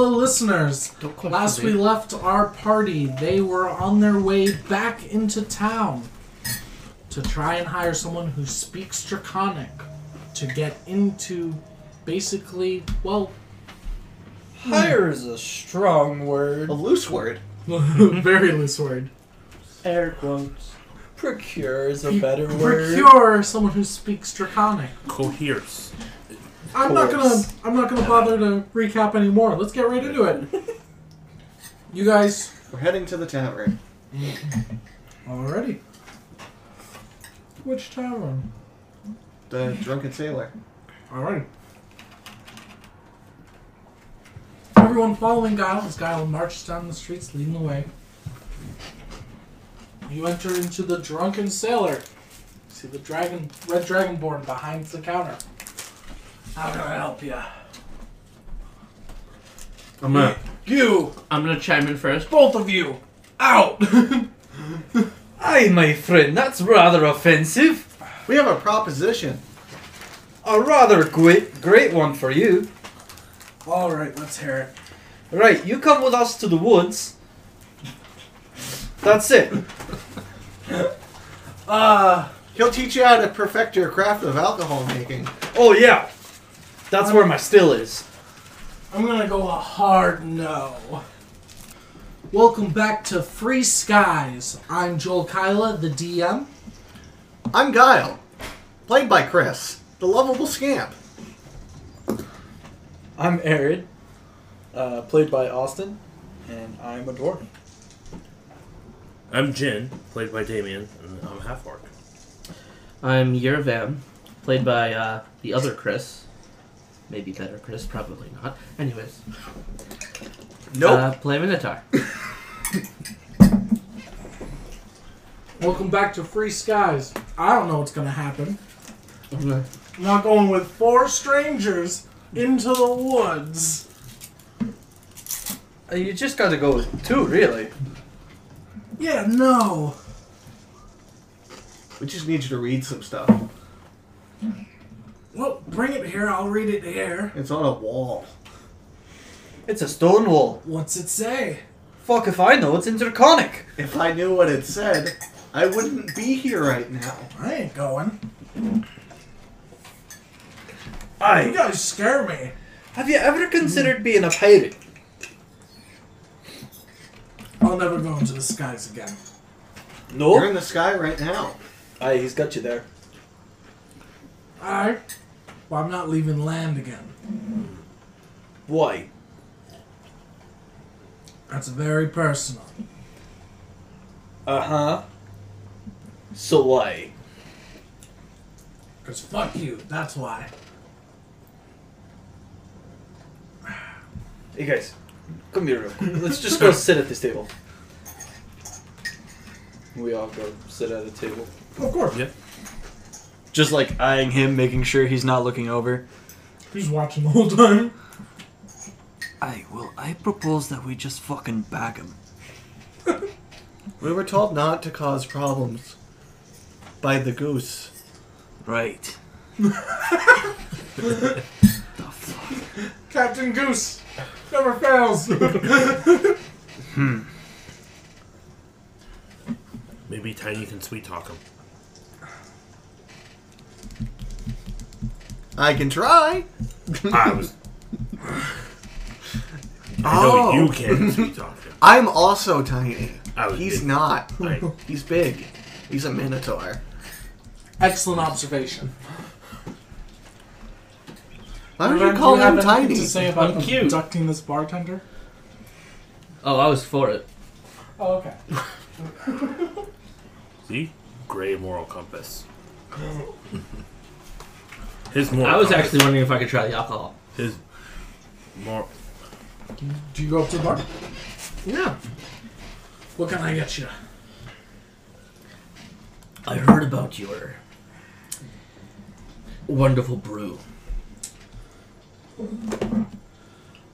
listeners, last we left our party, they were on their way back into town to try and hire someone who speaks Draconic to get into basically, well, Hire is a strong word. A loose word. very loose word. Air quotes. Procure is a better word. Procure someone who speaks Draconic. Coheres. I'm not gonna. course. I'm not gonna bother to recap anymore. Let's get right into it. You guys, We're heading to the tavern. already. Which tavern? The drunken sailor. Alrighty. Everyone following Guile as Guile marches down the streets, leading the way. You enter into the drunken sailor. See the dragon, red dragonborn behind the counter. How can I help you? I'm gonna, You, I'm gonna chime in first. both of you, out. Aye, my friend, that's rather offensive. We have a proposition. A rather great, great one for you. All right, let's hear it. Right, you come with us to the woods. That's it. Uh, He'll teach you how to perfect your craft of alcohol making. Oh yeah, that's where my still is. I'm gonna go a hard no. Welcome back to Free Skies. I'm Joel Kyla, the DM. I'm Guile, played by Chris, the lovable scamp. I'm Arid, uh, played by Austin, and I'm a dwarf. I'm Jin, played by Damien, and I'm half orc. I'm Yervam, played by uh, the other Chris. Maybe better Chris, probably not. Anyways, uh, play Minotaur. Welcome back to Free Skies. I don't know what's gonna happen. I'm I'm not going with four strangers into the woods. Uh, You just gotta go with two, really. Yeah, no. We just need you to read some stuff. Well, bring it here. I'll read it here. It's on a wall. It's a stone wall. What's it say? Fuck if I know. It's in Draconic. If I knew what it said, I wouldn't be here right now. I ain't going. You Aye. guys scare me. Have you ever considered being a pirate? I'll never go into the skies again. You're Oh. No. in the sky right now. Aye, he's got you there. Alright. Well, I'm not leaving land again. Why? That's very personal. Uh huh. So why? Because fuck you, that's why. Hey guys, come here real quick. Let's just go sit at this table. We all go sit at a table. Of course. Yeah. Just like eyeing him, making sure he's not looking over. He's watching the whole time. I well, I propose that we just fucking bag him. We were told not to cause problems by the goose. Right. Captain Goose never fails. Maybe Tiny can sweet talk him. I can try. I was. I know Oh. you can sweet talk him. I'm also tiny. I was He's big. not. I, He's big. He's a minotaur. Excellent observation. Why would you call him tiny? I'm cute. abducting this bartender? Oh, I was for it. Oh, okay. see? Gray moral compass. His moral I was compass- actually wondering if I could try the alcohol. His moral. Do you go up to the bar? Yeah. What can I get you? I heard about your wonderful brew.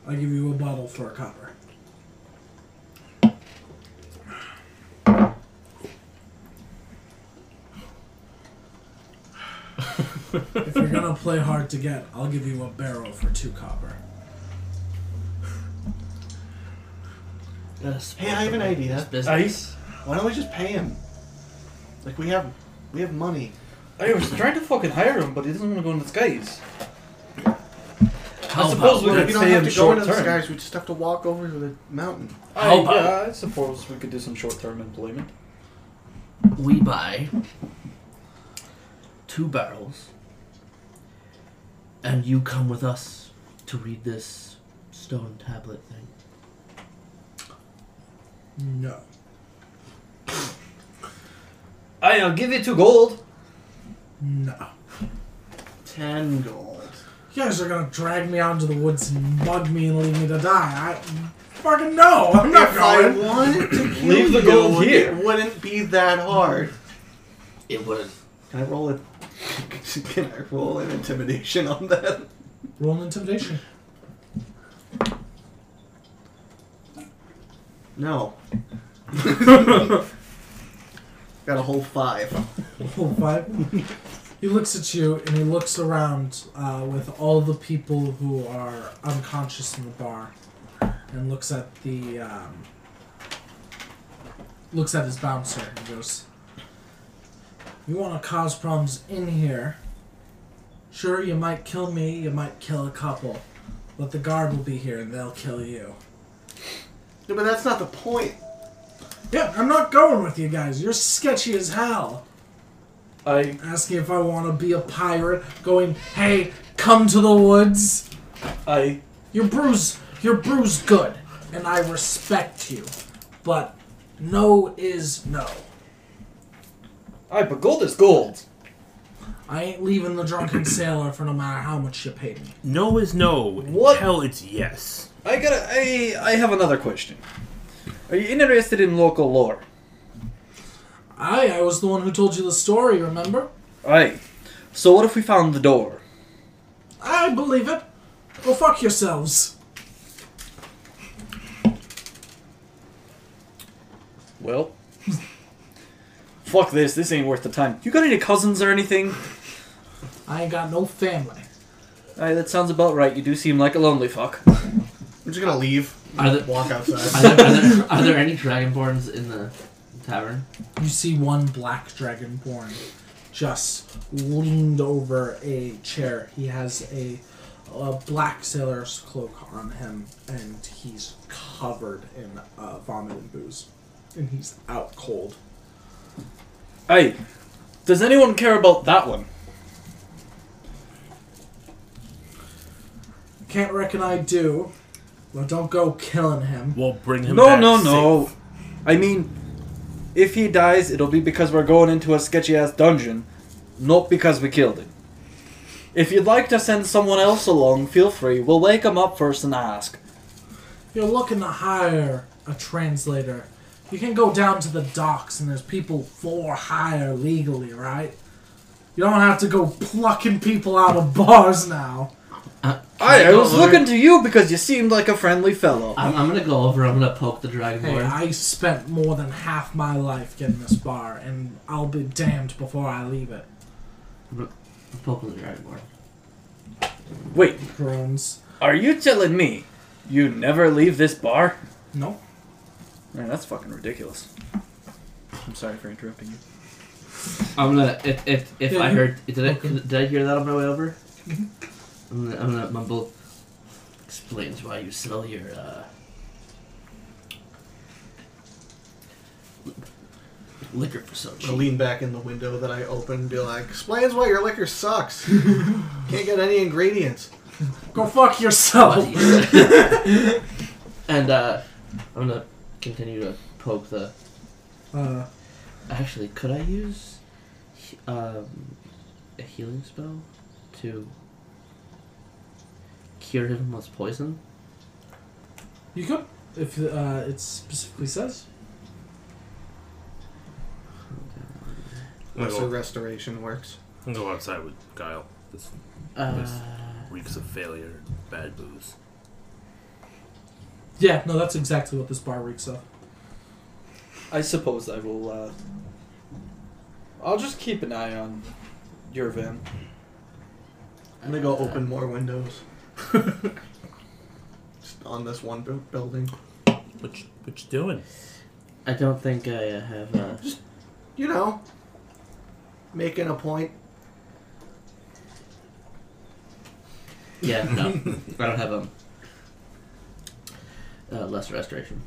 I'll give you a bottle for a copper. if you're gonna play hard to get, I'll give you a barrel for two copper. Hey, I have an idea. Ice? Why don't we just pay him? Like we have, we have money. I was trying to fucking hire him, but he doesn't want to go in disguise. How I suppose about- we We could don't pay him have to go short into the term. skies. We just have to walk over to the mountain. I, How about- yeah, I suppose we could do some short term employment. we buy two barrels and you come with us to read this stone tablet thing. No. I'll give you two gold. No. Ten gold. You guys are gonna drag me out into the woods and mug me and leave me to die. I fucking no. I'm not If I going. wanted to kill Leave the you, gold here. It wouldn't be that hard. It wouldn't. Can I roll it? Can I roll an intimidation on that? Roll an intimidation. No. Got a whole five. Roll five. He looks at you and he looks around uh, with all the people who are unconscious in the bar, and looks at the um, looks at his bouncer and goes, "You want to cause problems in here? Sure, you might kill me, you might kill a couple, but the guard will be here and they'll kill you." No, but that's not the point. Yeah, I'm not going with you guys. You're sketchy as hell. I asking if I want to be a pirate, going, "Hey, come to the woods. I Your brew's your brew's good, and I respect you, but no is no. I but gold is gold. I ain't leaving the drunken sailor for no matter how much you pay me. No is no. What? Hell, it's yes. I gotta I I have another question. Are you interested in local lore? I I was the one who told you the story. Remember? Aye. So what if we found the door? I believe it. Go fuck yourselves. Well Fuck this, this ain't worth the time. You got any cousins or anything? I ain't got no family. Aye, that sounds about right. You do seem like a lonely fuck. I'm just gonna leave. Are there, Walk are outside. there, are there, are there any dragonborns in the tavern? You see one black dragonborn just leaned over a chair. He has a, a black sailor's cloak on him, and he's covered in uh, vomit and booze. And he's out cold. Aye. Does anyone care about that one? Can't reckon I do. Well, don't go killing him. We'll bring him No, back no, safe. no. I mean, if he dies, it'll be because we're going into a sketchy ass dungeon, not because we killed him. If you'd like to send someone else along, feel free. We'll wake him up first and ask. You're looking to hire a translator. You can go down to the docks and there's people for hire legally, right? You don't have to go plucking people out of bars now. I, Uh, I go was over- looking to you because you seemed like a friendly fellow. I'm, I'm gonna go over. I'm gonna poke the Hey, dragonborn. I spent more than half my life getting this bar, and I'll be damned before I leave it. poke the dragonborn. Wait, Groans. are you telling me you never leave this bar? No. Man, that's fucking ridiculous. I'm sorry for interrupting you. I'm gonna if if, if Yeah, I you- heard did I did I hear that on my way over? Mm-hmm. I'm gonna, I'm gonna mumble. Explains why you sell your uh, li- liquor for so I'll cheap. lean back in the window that I opened and be like, explains why your liquor sucks. Can't get any ingredients. Go fuck yourself. and uh, I'm gonna continue to poke the. Uh, Actually, could I use he- um, a healing spell to cure him with poison? you could, if uh, it specifically says. I'm Lesser gonna, go, restoration works. I'm gonna go outside with Guile. This Uh, reeks of failure, bad booze. Yeah, no, that's exactly what this bar reeks of. I suppose I will, uh. I'll just keep an eye on your van. I'm gonna go open more windows. Just on this one bu- building. What you, what you doing? I don't think I uh, have. Uh, You know, making a point. yeah, no, I don't have um uh, lesser restoration.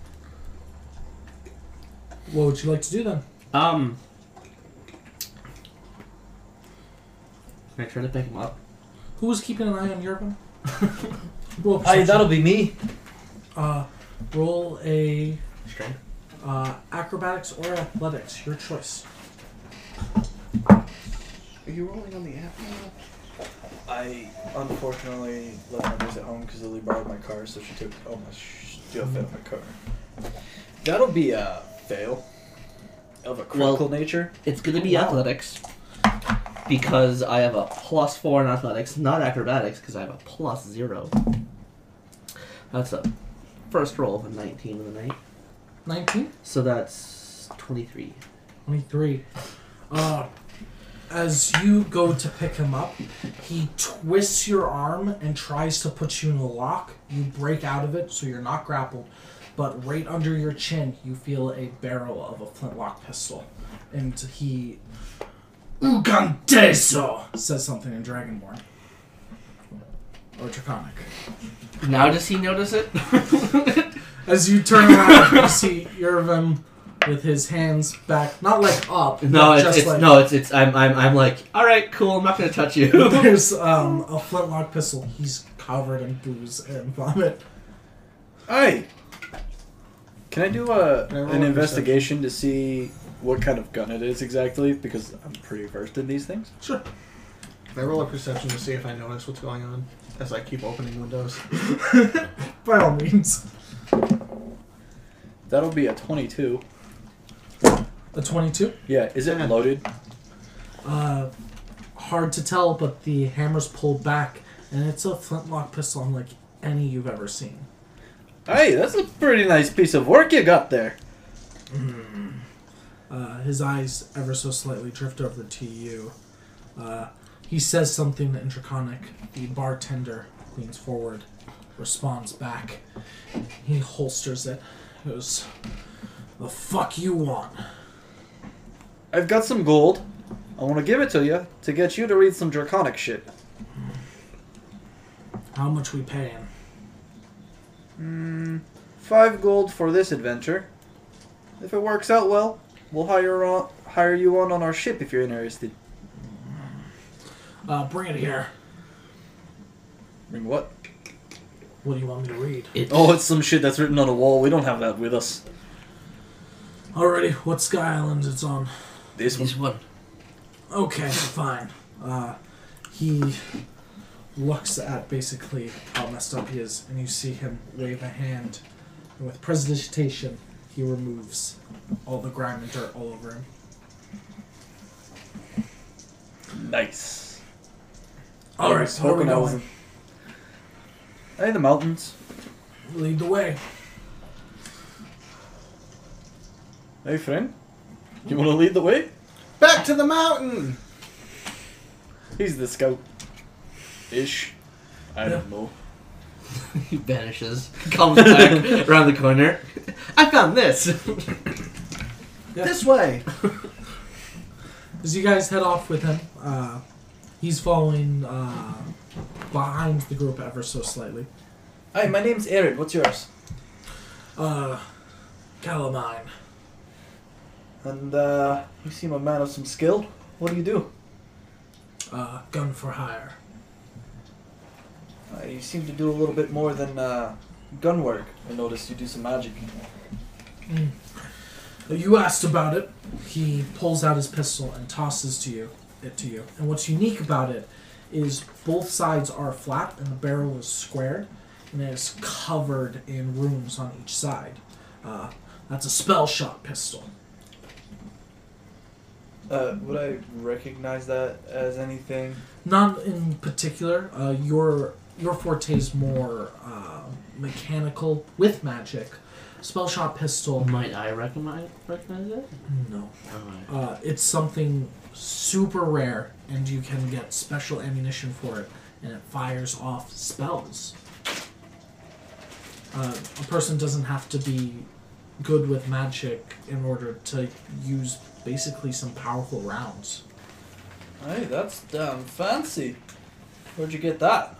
What would you like to do then? Um, can I try to pick him up? Who was keeping an eye on Yervin? roll, a Aye, perception. that'll be me. uh, roll a Strength. uh, acrobatics or athletics, your choice. Are you rolling on the app? I unfortunately left my niece at home because Lily borrowed my car, so she took all my stuff out of my car. That'll be a fail of a critical nature. It's gonna be athletics because I have a plus four in athletics, not acrobatics because I have a plus zero. That's a first roll of a nineteen of the night, 19? so that's twenty-three. 23. Uh, as you go to pick him up, he twists your arm and tries to put you in a lock. You break out of it, so you're not grappled. But right under your chin, you feel a barrel of a flintlock pistol. And he. Ugandeso! says something in Dragonborn. Or Draconic. Now does he notice it? As you turn around, you see Yervim with his hands back, not like up, no, but it's, just it's like no, it's it's. I'm I'm I'm like, all right, cool. I'm not gonna touch you. There's um, a flintlock pistol. He's covered in booze and vomit. Aye. Can I do a, I roll an a investigation to see what kind of gun it is exactly? Because I'm pretty versed in these things. Sure. I roll a perception to see if I notice what's going on as I keep opening windows. By all means. That'll be a 22. A 22. Yeah, is it Yeah. loaded? Uh, hard to tell, but the hammer's pulled back, and it's a flintlock pistol unlike any you've ever seen. Hey, that's a pretty nice piece of work you got there. Uh, his eyes ever so slightly drift over to you. Uh, he says something in Draconic. The bartender leans forward, responds back. He holsters it. Goes, the fuck you want? I've got some gold. I want to give it to you to get you to read some draconic shit. How much we paying? Five gold for this adventure. If it works out well, we'll hire on, hire you on on our ship if you're interested. Uh, bring it here. Bring what? What do you want me to read? It- Oh, it's some shit that's written on a wall. We don't have that with us. Alrighty, what Sky Island it's on? This one. He's one. Okay, fine. Uh, he looks at basically how messed up he is, and you see him wave a hand, and with precipitation, he removes all the grime and dirt all over him. Nice. All I right, was where are we hoping I going? wasn't- Hey, the mountains. Lead the way. Hey, friend. You want to lead the way? Back to the mountain! He's the scout. Ish. I don't know. He vanishes. Comes back around the corner. I found this. This way! As you guys head off with him, uh, he's following uh, behind the group ever so slightly. Hi, my name's Eric. What's yours? Uh, Calamine. And uh, you seem a man of some skill. What do you do? uh, gun for hire. Uh, you seem to do a little bit more than uh, gun work. I noticed you do some magic. Mm. You asked about it. He pulls out his pistol and tosses to you it to you. And what's unique about it is both sides are flat and the barrel is squared and it is covered in runes on each side. Uh, that's a spell shot pistol. Uh, would I recognize that as anything? Not in particular. Uh, your your forte is more uh, mechanical with magic. Spell shot pistol. Might I recognize recognize it? No. Alright. Uh, it's something super rare, and you can get special ammunition for it, and it fires off spells. Uh, a person doesn't have to be good with magic in order to use basically some powerful rounds. Hey, that's damn fancy. Where'd you get that?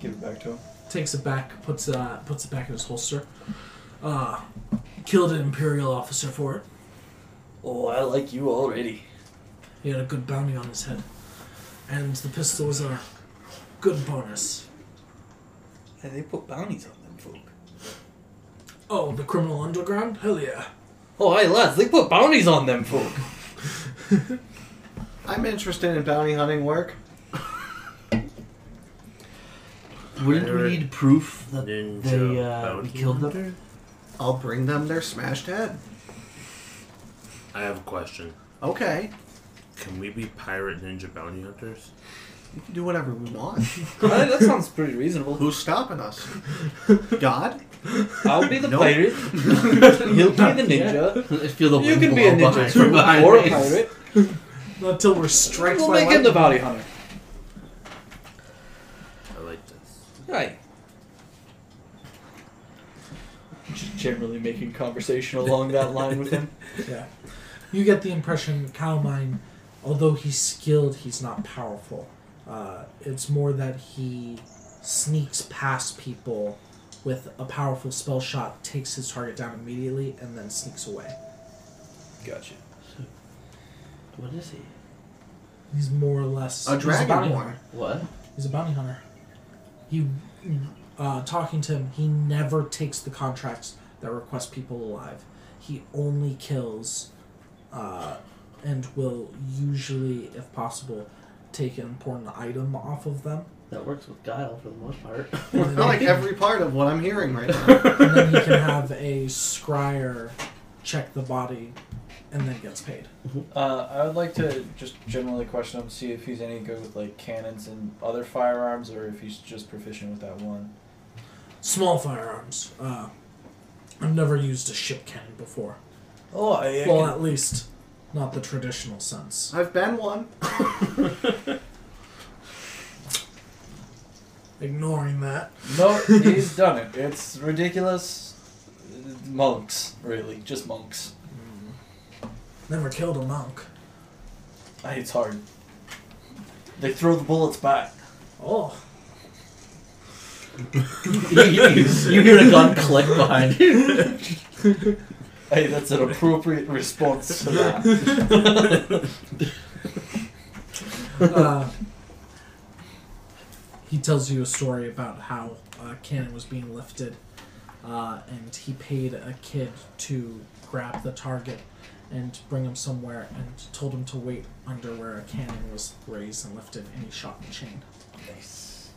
Give it back to him. Takes it back, puts it, uh, puts it back in his holster. Uh, killed an Imperial officer for it. Oh, I like you already. He had a good bounty on his head. And the pistol was a good bonus. Hey, they put bounties on them folk. Oh, the criminal underground? Hell yeah. Oh, hey lads, they put bounties on them folk. I'm interested in bounty hunting work. Wouldn't we need proof that Ninja they uh, we bounty killed hunter? them? I'll bring them their smashed head. I have a question. Okay. Can we be pirate ninja bounty hunters? We can do whatever we want. hey, that sounds pretty reasonable. Who's stopping us? God? I'll be the Nope. pirate. You'll be the ninja. I feel the You wind can be a blow ninja behind- too, behind or a me. pirate. Not until we're striked We'll by make him the lightning. bounty hunter. I like this. Right. Just generally making conversation along that line with him. Yeah. You get the impression Calmine, although he's skilled, he's not powerful. Uh, it's more that he sneaks past people with a powerful spell shot, takes his target down immediately, and then sneaks away. Gotcha. What is he? He's more or less A he's bounty dragonborn. hunter. What? He's a bounty hunter. He, uh, talking to him, he never takes the contracts that request people alive. He only kills, uh, and will usually, if possible, take an important item off of them. That works with guile for the most part. I And then, like every part of what I'm hearing right now. and then he can have a scryer check the body, and then gets paid. Uh, I would like to just generally question him, see if he's any good with like cannons and other firearms, or if he's just proficient with that one. Small firearms. Uh, I've never used a ship cannon before. Oh, I, Well, at least not the traditional sense. I've been one. ignoring that. no, he's done it. It's ridiculous. Monks, really, just monks. Never killed a monk. I, it's hard. They throw the bullets back. Oh, you, you- you hear a gun click behind you. Hey, that's an appropriate response to that. uh, he tells you a story about how a cannon was being lifted, uh, and he paid a kid to grab the target and bring him somewhere, and told him to wait under where a cannon was raised and lifted, and he shot the chain. Nice.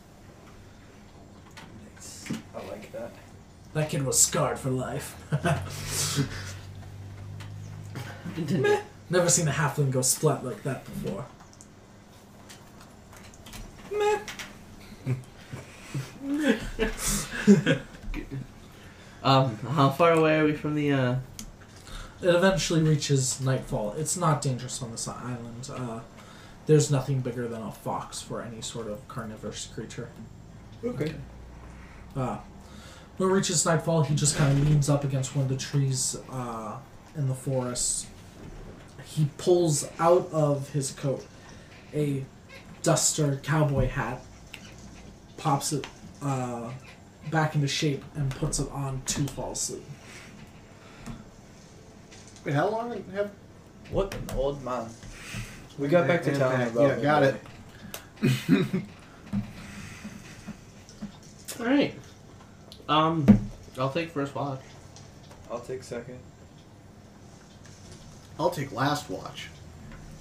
Nice. I like that. That kid was scarred for life. Never seen a halfling go splat like that before. Um, how far away are we from the uh, It eventually reaches nightfall. It's not dangerous on this island. Uh, there's nothing bigger than a fox for any sort of carnivorous creature. Okay. Uh, when it reaches nightfall, he just kind of leans up against one of the trees uh, in the forest. He pulls out of his coat a duster cowboy hat, pops it uh, back into shape, and puts it on to fall asleep. Wait, how long have What an old man. We got back to and town. back. About Yeah, got it. All right. Um, I'll take first watch. I'll take second. I'll take last watch.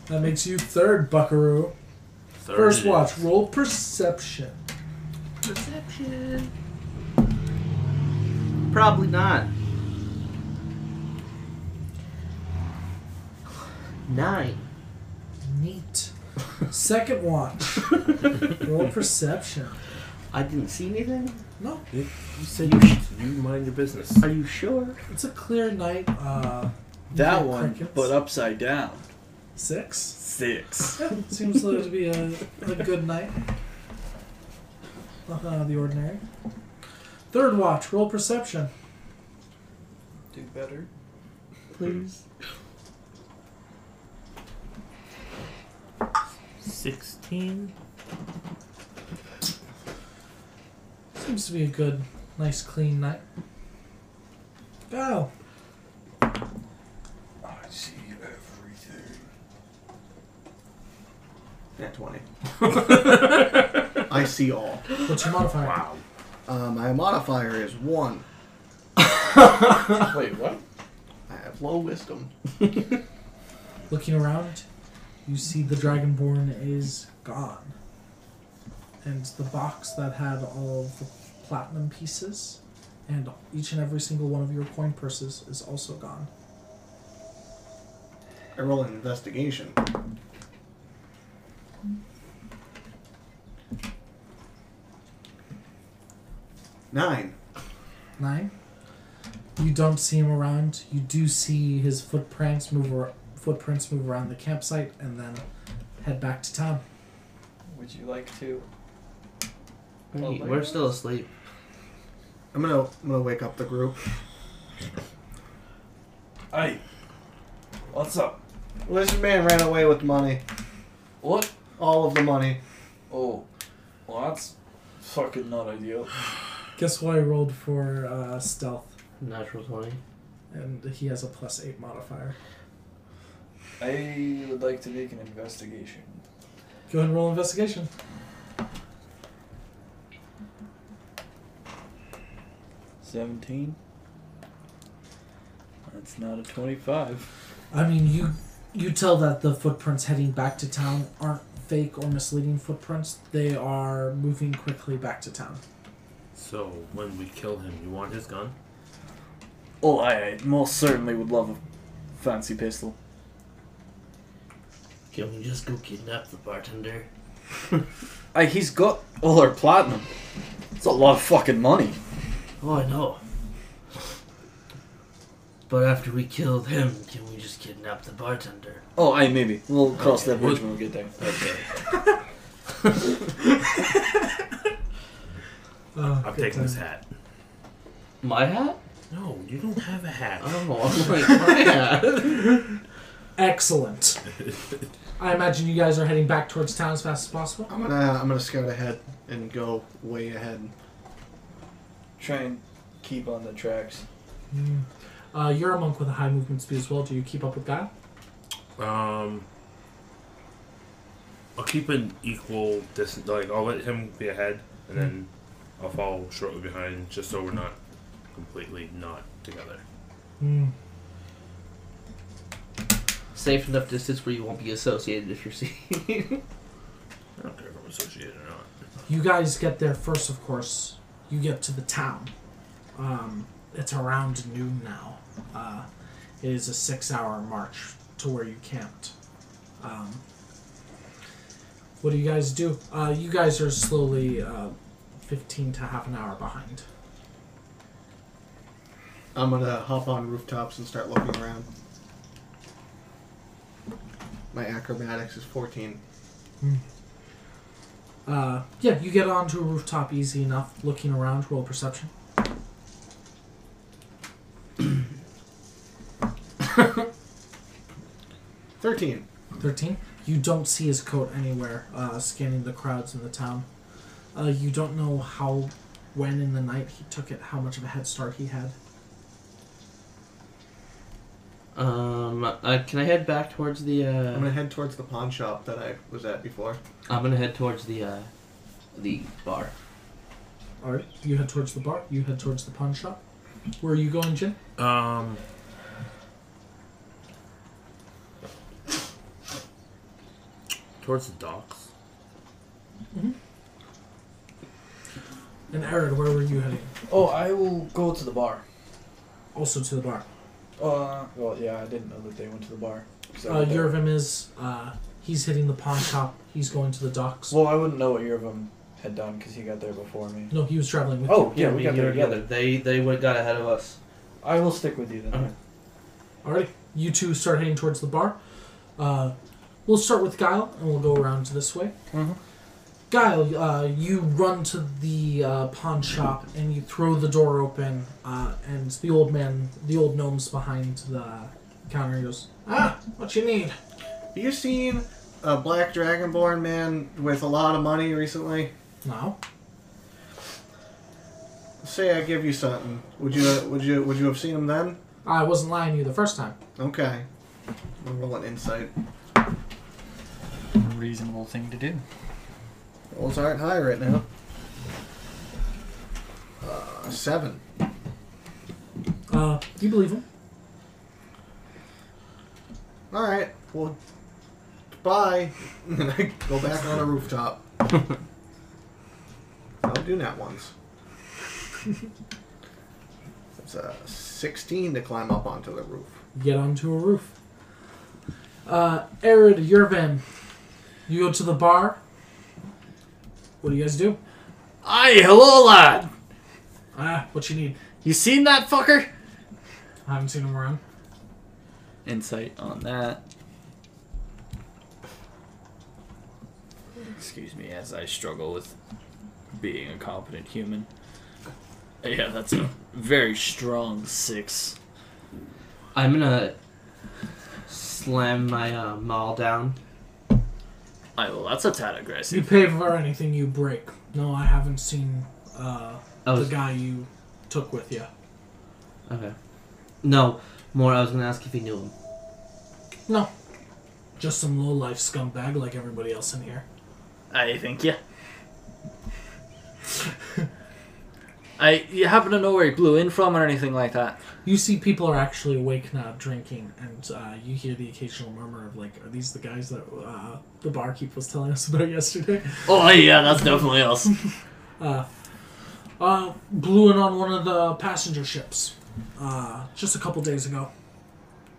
That makes you third, Buckaroo. Third First it watch, is. roll perception. Perception. Probably not. Nine. Neat. Second watch, roll perception. I didn't see anything. No, You said you, you mind your business. Are you sure? it's a clear night. Uh, That Yeah, one, crickets. but upside down. six. Six. Yeah, seems like to be a, a good night. Nothing out of the ordinary. Uh-huh, Third watch, roll perception. Do better. please. 16? Seems to be a good, nice, clean night. Go. I see everything. At 20. I see all. What's your modifier? Uh, my modifier is one. Wait, what? I have low wisdom. Looking around, you see the Dragonborn is gone. And the box that had all of the platinum pieces and each and every single one of your coin purses is also gone. I roll an investigation. Nine. Nine. You don't see him around. You do see his footprints move ar- footprints move around the campsite and then head back to town. Would you like to? Wait, we're still asleep. I'm gonna I'm gonna wake up the group. Hey, what's up? Lizard man ran away with money. What? All of the money. Oh, well, that's fucking not ideal. Guess what I rolled for uh, stealth, Natural 20. and he has a plus eight modifier. I would like to make an investigation. Go ahead and roll investigation. Seventeen. That's not a twenty-five. I mean, you you tell that the footprints heading back to town aren't fake or misleading footprints. They are moving quickly back to town. So, when we kill him, you want his gun? Oh, I I most certainly would love a fancy pistol. Can we just go kidnap the bartender? I, he's got all our platinum. It's a lot of fucking money. Oh, I know. But after we kill him, can we just kidnap the bartender? Oh, aye, maybe. We'll cross Okay, that bridge when we get there. Okay. Uh, I'm taking his hat. My hat? No, you don't have a hat. Oh, I'm like, my hat. Excellent. I imagine you guys are heading back towards town as fast as possible. I'm gonna I'm gonna scout ahead and go way ahead. Try and keep on the tracks. Uh, you're a monk with a high movement speed as well. Do you keep up with Guile? Um, I'll keep an equal distance. Like I'll let him be ahead, and then Hmm. I'll follow shortly behind, just so we're not completely not together. Safe enough distance where you won't be associated if you're seen. I don't care if I'm associated or not. You guys get there first, of course. You get to the town. Um, it's around noon now. Uh, it is a six hour march to where you camped. Um, what do you guys do? Uh, you guys are slowly uh, 15 to half an hour behind. I'm gonna hop on rooftops and start looking around. My acrobatics is 14. Uh, yeah, you get onto a rooftop easy enough, looking around, roll perception. Thirteen. 13. You don't see his coat anywhere, uh, scanning the crowds in the town. Uh, you don't know how, when in the night he took it, how much of a head start he had. um, uh, can I head back towards the? Uh, I'm gonna head towards the pawn shop that I was at before. I'm gonna head towards the, uh, the bar. Alright, you head towards the bar, you head towards the pawn shop. Where are you going, Jin? Um. Towards the docks. And Arid, where were you heading? Oh, I will go to the bar. Also to the bar. Uh, well, yeah, I didn't know that they went to the bar. So Uh, Yervim is, uh, he's hitting the pawn shop, he's going to the docks. Well, I wouldn't know what Yervim had done because he got there before me. No, he was traveling with Oh, yeah, me we and got there you together. They they would got ahead of us. I will stick with you then. Okay. Uh-huh. Alright, you two start heading towards the bar. Uh, we'll start with Guile, and we'll go around this way. Guile, uh, you run to the uh, pawn shop and you throw the door open, uh, and the old man, the old gnome's behind the counter. He goes, "Ah, what you need?" Have you seen a black dragonborn man with a lot of money recently? No. Say I give you something. Would you would you would you have seen him then? "Ah, I wasn't lying to you the first time. Okay. I'll roll an insight. Reasonable thing to do. Rolls aren't high right now. Uh, seven. Uh, you believe him? All right. Well, bye. And I go back on a rooftop. I'll do that once. It's a sixteen to climb up onto the roof. get onto a roof. Uh, Arid, Yervin, you go to the bar. What do you guys do? Aye, hello, lad. Ah, what you need? You seen that fucker? I haven't seen him around. Insight on that. Excuse me as I struggle with being a competent human. Yeah, that's a very strong six. I'm gonna slam my uh, maul down. Aye, well, that's a tad You aggressive. pay for anything you break. No, I haven't seen uh, I was the guy you took with you. Oh, okay. No, more. I was gonna ask if he knew him. No, just some low life scumbag like everybody else in here. I think yeah. I you happen to know where he blew in from or anything like that? You see, people are actually awake now, drinking, and uh, you hear the occasional murmur of like, "Are these the guys that uh, the barkeep was telling us about yesterday?" Oh yeah, that's definitely us. Uh, blew in on one of the passenger ships uh, just a couple days ago.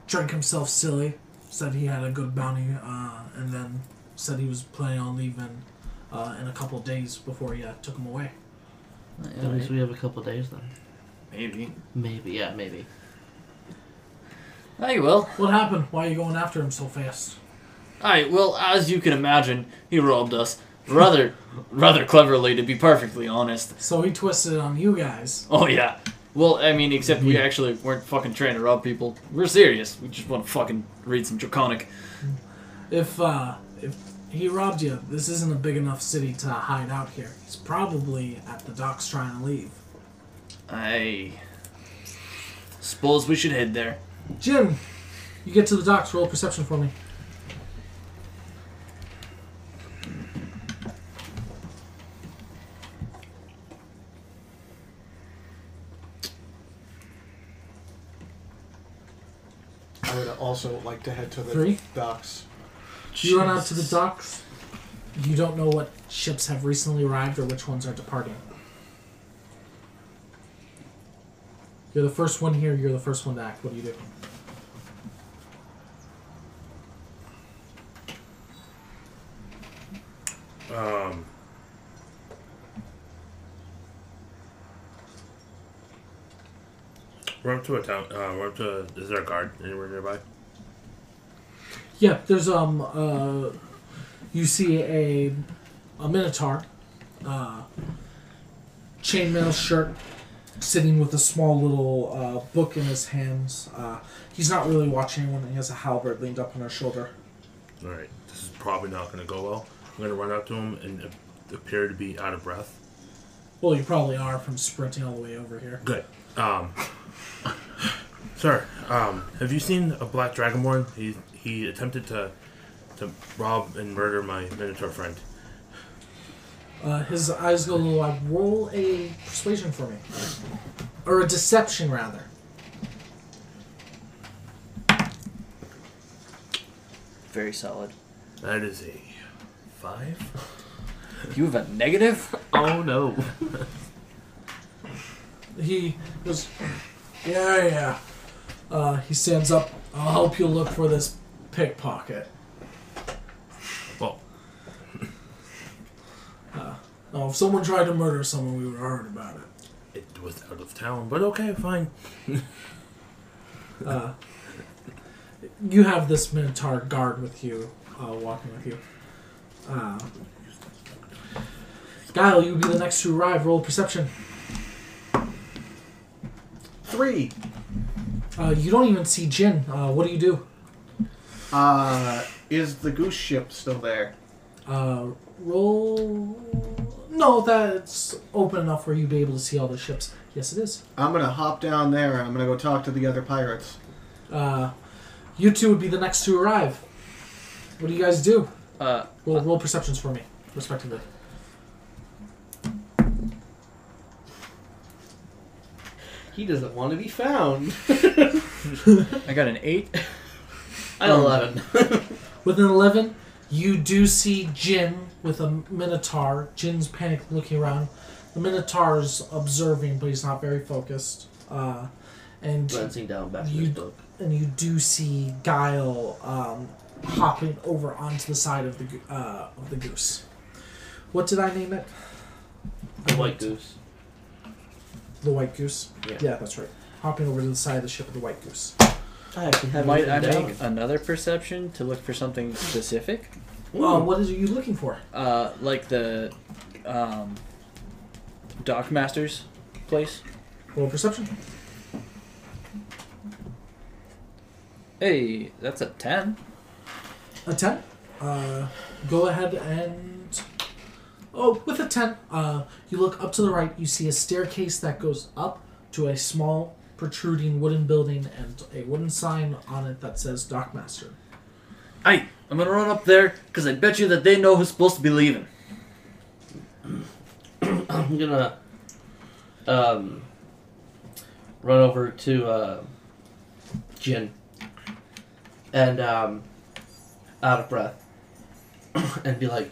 Drank himself silly. Said he had a good bounty, uh, and then said he was planning on leaving uh, in a couple days before he uh, took him away. At least we have a couple days then. Maybe. Maybe. Yeah. Maybe. Aye, well. What happened? Why are you going after him so fast? Alright, well, as you can imagine, he robbed us rather, rather cleverly, to be perfectly honest. So he twisted it on you guys. Oh, yeah. Well, I mean, except we actually weren't fucking trying to rob people. We're serious. We just want to fucking read some Draconic. If uh, if he robbed you, this isn't a big enough city to hide out here. He's probably at the docks trying to leave. I suppose we should head there. Jim, you get to the docks. Roll perception for me. I would also like to head to the Three? docks. You run out to the docks. You don't know what ships have recently arrived or which ones are departing. You're the first one here. You're the first one to act. What do you do? Um. We're up to a town. Uh, we're up to. Is there a guard anywhere nearby? Yeah, there's um uh, you see a a minotaur, uh, chainmail shirt, sitting with a small little uh, book in his hands. Uh, he's not really watching anyone. He has a halberd leaned up on his shoulder. All right. This is probably not going to go well. I'm going to run up to him and ap- appear to be out of breath. Well, you probably are from sprinting all the way over here. Good. Um, sir, um, have you seen a black dragonborn? He he attempted to to rob and murder my minotaur friend. Uh, his eyes go a little wide. Roll a persuasion for me. Or a deception, rather. Very solid. That is a five. You have a negative? Oh no. He goes, Yeah, yeah. Uh, he stands up. I'll help you look for this pickpocket. Well, Now, if someone tried to murder someone, we would have heard about it. it was out of town, but okay, fine. You have this Minotaur guard with you, uh, walking with you. Uh, Guile, you would be the next to arrive. Roll perception. Three. Uh, you don't even see Jin. Uh, what do you do? Uh, is the goose ship still there? Uh, roll. No, that's open enough where you'd be able to see all the ships. Yes, it is. I'm gonna hop down there. and I'm gonna go talk to the other pirates. Uh, you two would be the next to arrive. What do you guys do? Uh, Roll, roll perceptions for me, respectively. He doesn't want to be found. I got an eight. I love him. With an 11, you do see Jin with a Minotaur. Jin's panicked looking around. The Minotaur's observing, but he's not very focused. Uh, and Glancing down back at You- his book. and you do see Guile um, hopping over onto the side of the go- uh, of the goose. What did I name it? The white goose. The white goose. Yeah. that's right. Hopping over to the side of the ship of the white goose. I actually have Might I make another perception to look for something specific? Uh, what is are you looking for? Uh, like the um, dock master's place. Roll perception. Hey, that's a ten. A ten. Uh, go ahead and. Oh, with a ten, uh, you look up to the right. You see a staircase that goes up to a small protruding wooden building and a wooden sign on it that says Dockmaster. Hey, I'm gonna run up there because I bet you that they know who's supposed to be leaving. I'm gonna um, run over to uh, Jin and um, out of breath and be like,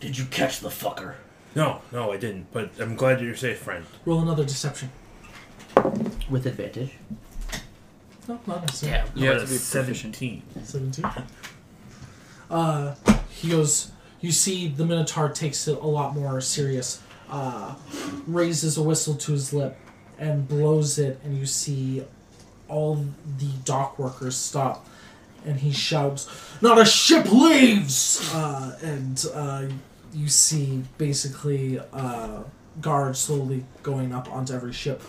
"Did you catch the fucker?" No, no, I didn't. But I'm glad that you're safe, friend. Roll another deception. With advantage. No, not necessarily. Damn. You But have to a be proficient. 17. 17. Uh, he goes, you see the Minotaur takes it a lot more serious, uh, raises a whistle to his lip and blows it, and you see all the dock workers stop. And he shouts, Not a ship leaves! Uh, and uh, you see basically uh, guards slowly going up onto every ship.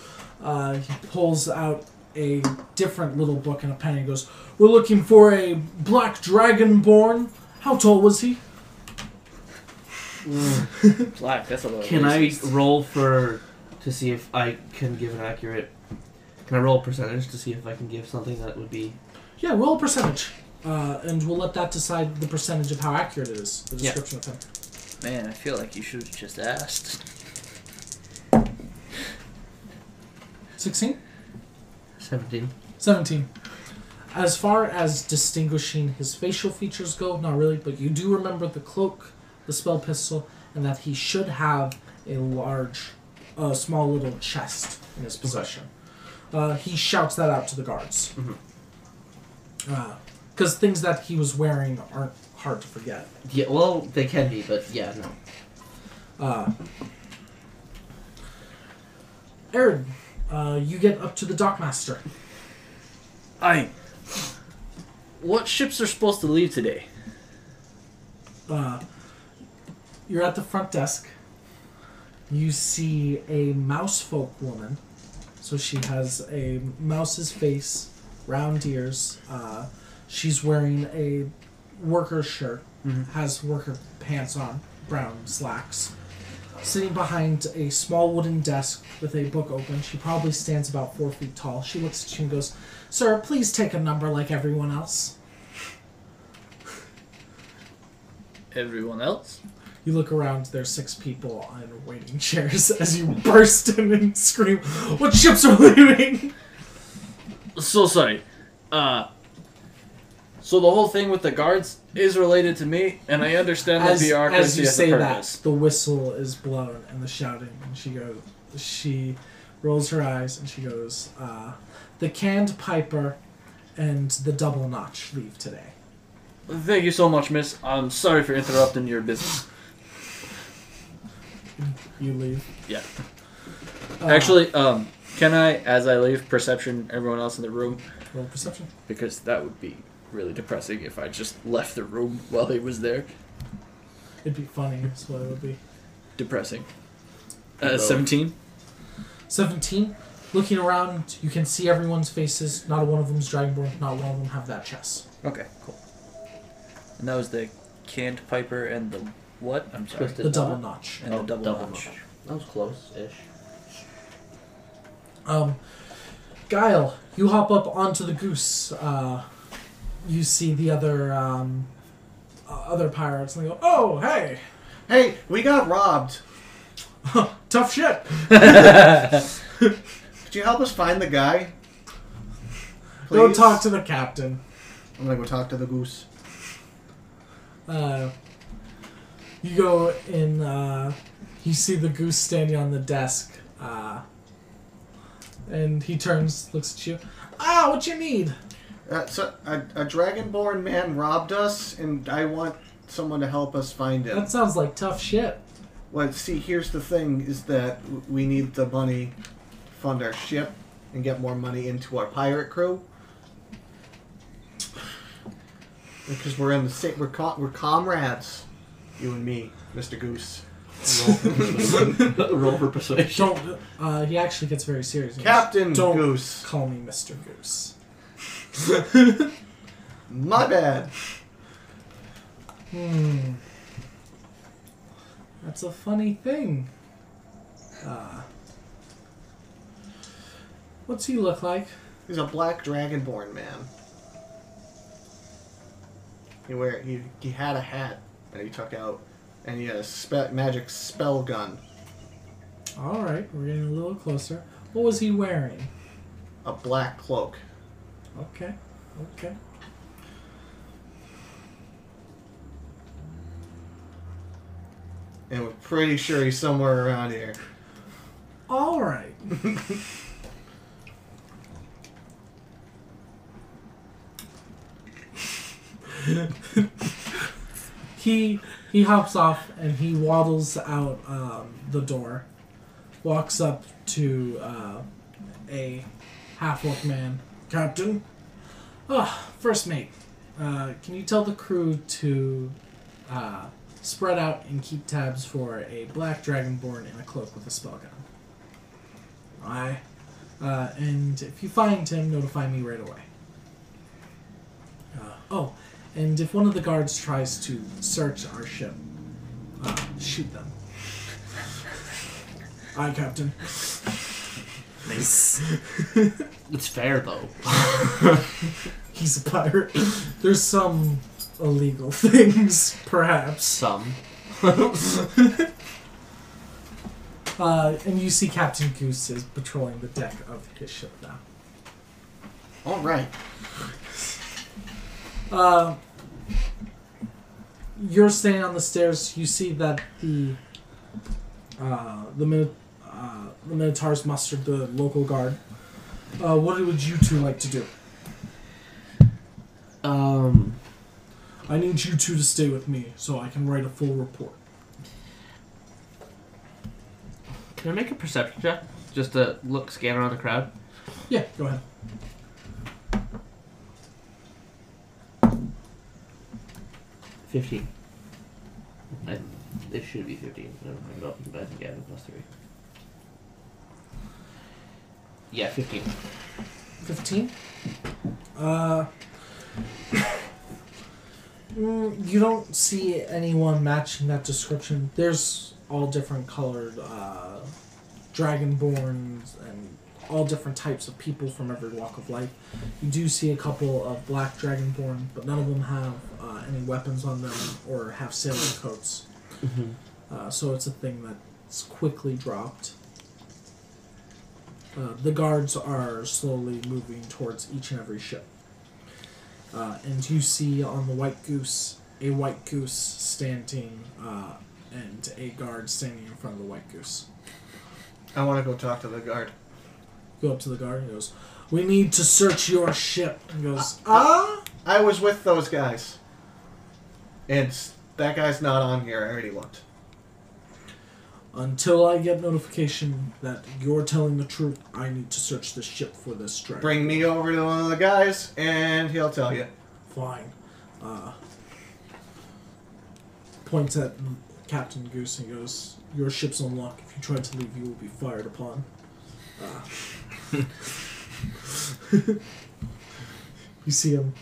Uh, he pulls out a different little book and a pen and goes, We're looking for a black dragonborn. How tall was he? Black. That's a little. Can I racist. roll for to see if I can give an accurate? Can I roll a percentage to see if I can give something that would be Yeah, roll a percentage. Uh, and we'll let that decide the percentage of how accurate it is, the Yeah. description of him. Man, I feel like you should have just asked. 16? seventeen? 17. As far as distinguishing his facial features go, not really, but you do remember the cloak, the spell pistol, and that he should have a large, uh, small little chest in his possession. Uh, he shouts that out to the guards. Because things that he was wearing aren't hard to forget. Yeah. Well, they can be, but yeah, no. Uh, Aaron, uh, you get up to the dockmaster. Aye. What ships are supposed to leave today? uh, you're at the front desk. You see a mouse folk woman. So she has a mouse's face, round ears. Uh, she's wearing a worker shirt, has worker pants on, brown slacks. Sitting behind a small wooden desk with a book open. She probably stands about four feet tall. She looks at you and goes, Sir, please take a number like everyone else. Everyone else? You look around, there's six people on waiting chairs as you burst in and scream, What ships are leaving? So sorry. Uh. So the whole thing with the guards is related to me, and I understand As, that the bureaucracy as you has a say that, purpose. the whistle is blown and the shouting, and she goes, She rolls her eyes and she goes, uh, The canned piper and the double notch leave today. Thank you so much, miss. I'm sorry for interrupting your business. You leave. Yeah. Uh, Actually, um, can I, as I leave, perception everyone else in the room? roll perception. Because that would be really depressing if I just left the room while he was there. It'd be funny. That's what it would be. Depressing. Uh, 17? 17. Looking around, you can see everyone's faces. Not one of them's Dragonborn. Not one of them have that chess. Okay, cool. And that was the canned piper and the what? I'm sorry. Twisted The double knot. notch. And Oh, the double, double notch. notch. That was close-ish. Um, Guile, you hop up onto the goose. Uh, you see the other um, uh, other pirates, and they go, "Oh, hey, Hey, we got robbed. tough shit." Could you help us find the guy? Go talk to the captain. I'm gonna go talk to the goose. Uh, you go in. Uh, you see the goose standing on the desk, uh, and he turns, looks at you. Ah, what you need? Uh, so a, a dragonborn man robbed us, and I want someone to help us find him. That sounds like tough shit. Well, see, here's the thing: is that w- we need the money to fund our ship and get more money into our pirate crew. Because we're in the same, we're co- we're comrades, you and me, Mister Goose. Roll for persuasion. Don't. Uh, he actually gets very serious. Captain Don't Goose. call me Mr. Goose. My bad. Hmm. That's a funny thing. Uh, what's he look like? He's a black dragonborn man. He wear he, he had a hat that he took out, and he had a spe- magic spell gun, All right, we're getting a little closer. What was he wearing? a black cloak. Okay, okay. And we're pretty sure he's somewhere around here. All right. he he hops off and he waddles out um, the door, walks up to uh, a half orc man. Captain, ah, first mate. Uh, can you tell the crew to uh, spread out and keep tabs for a black dragonborn in a cloak with a spellgun? Aye. Uh, and if you find him, notify me right away. Uh, oh, and if one of the guards tries to search our ship, uh, shoot them. Aye, Captain. It's fair though. He's a pirate. There's some illegal things, perhaps. Some. Uh, and you see Captain Goose is patrolling the deck of his ship now. All right. Uh, you're standing on the stairs. You see that the uh, the Mino- uh, the Minotaurs mustered the local guard. Uh, what would you two like to do? Um. I need you two to stay with me so I can write a full report. Can I make a perception check? Just to look, scan around the crowd. Yeah, go ahead. Fifteen. I, it should be fifteen. I don't remember, but I think I have a plus three. Yeah, fifteen. 15. Uh, mm, you don't see anyone matching that description. There's all different colored uh, dragonborns and all different types of people from every walk of life. You do see a couple of black dragonborn, but none of them have uh, any weapons on them or have sailor coats. Uh, so it's a thing that's quickly dropped. Uh, the guards are slowly moving towards each and every ship. Uh, and you see on the white goose a white goose standing uh, and a guard standing in front of the white goose. I want to go talk to the guard. Go up to the guard and goes, We need to search your ship. And goes, Ah? I was with those guys. And s- that guy's not on here. I already looked. Until I get notification that you're telling the truth, I need to search the ship for this dragon. Bring me over to one of the guys, and he'll tell you. Fine. Uh, points at Captain Goose and goes, "Your ship's unlocked. If you try to leave, you will be fired upon." Uh, you see him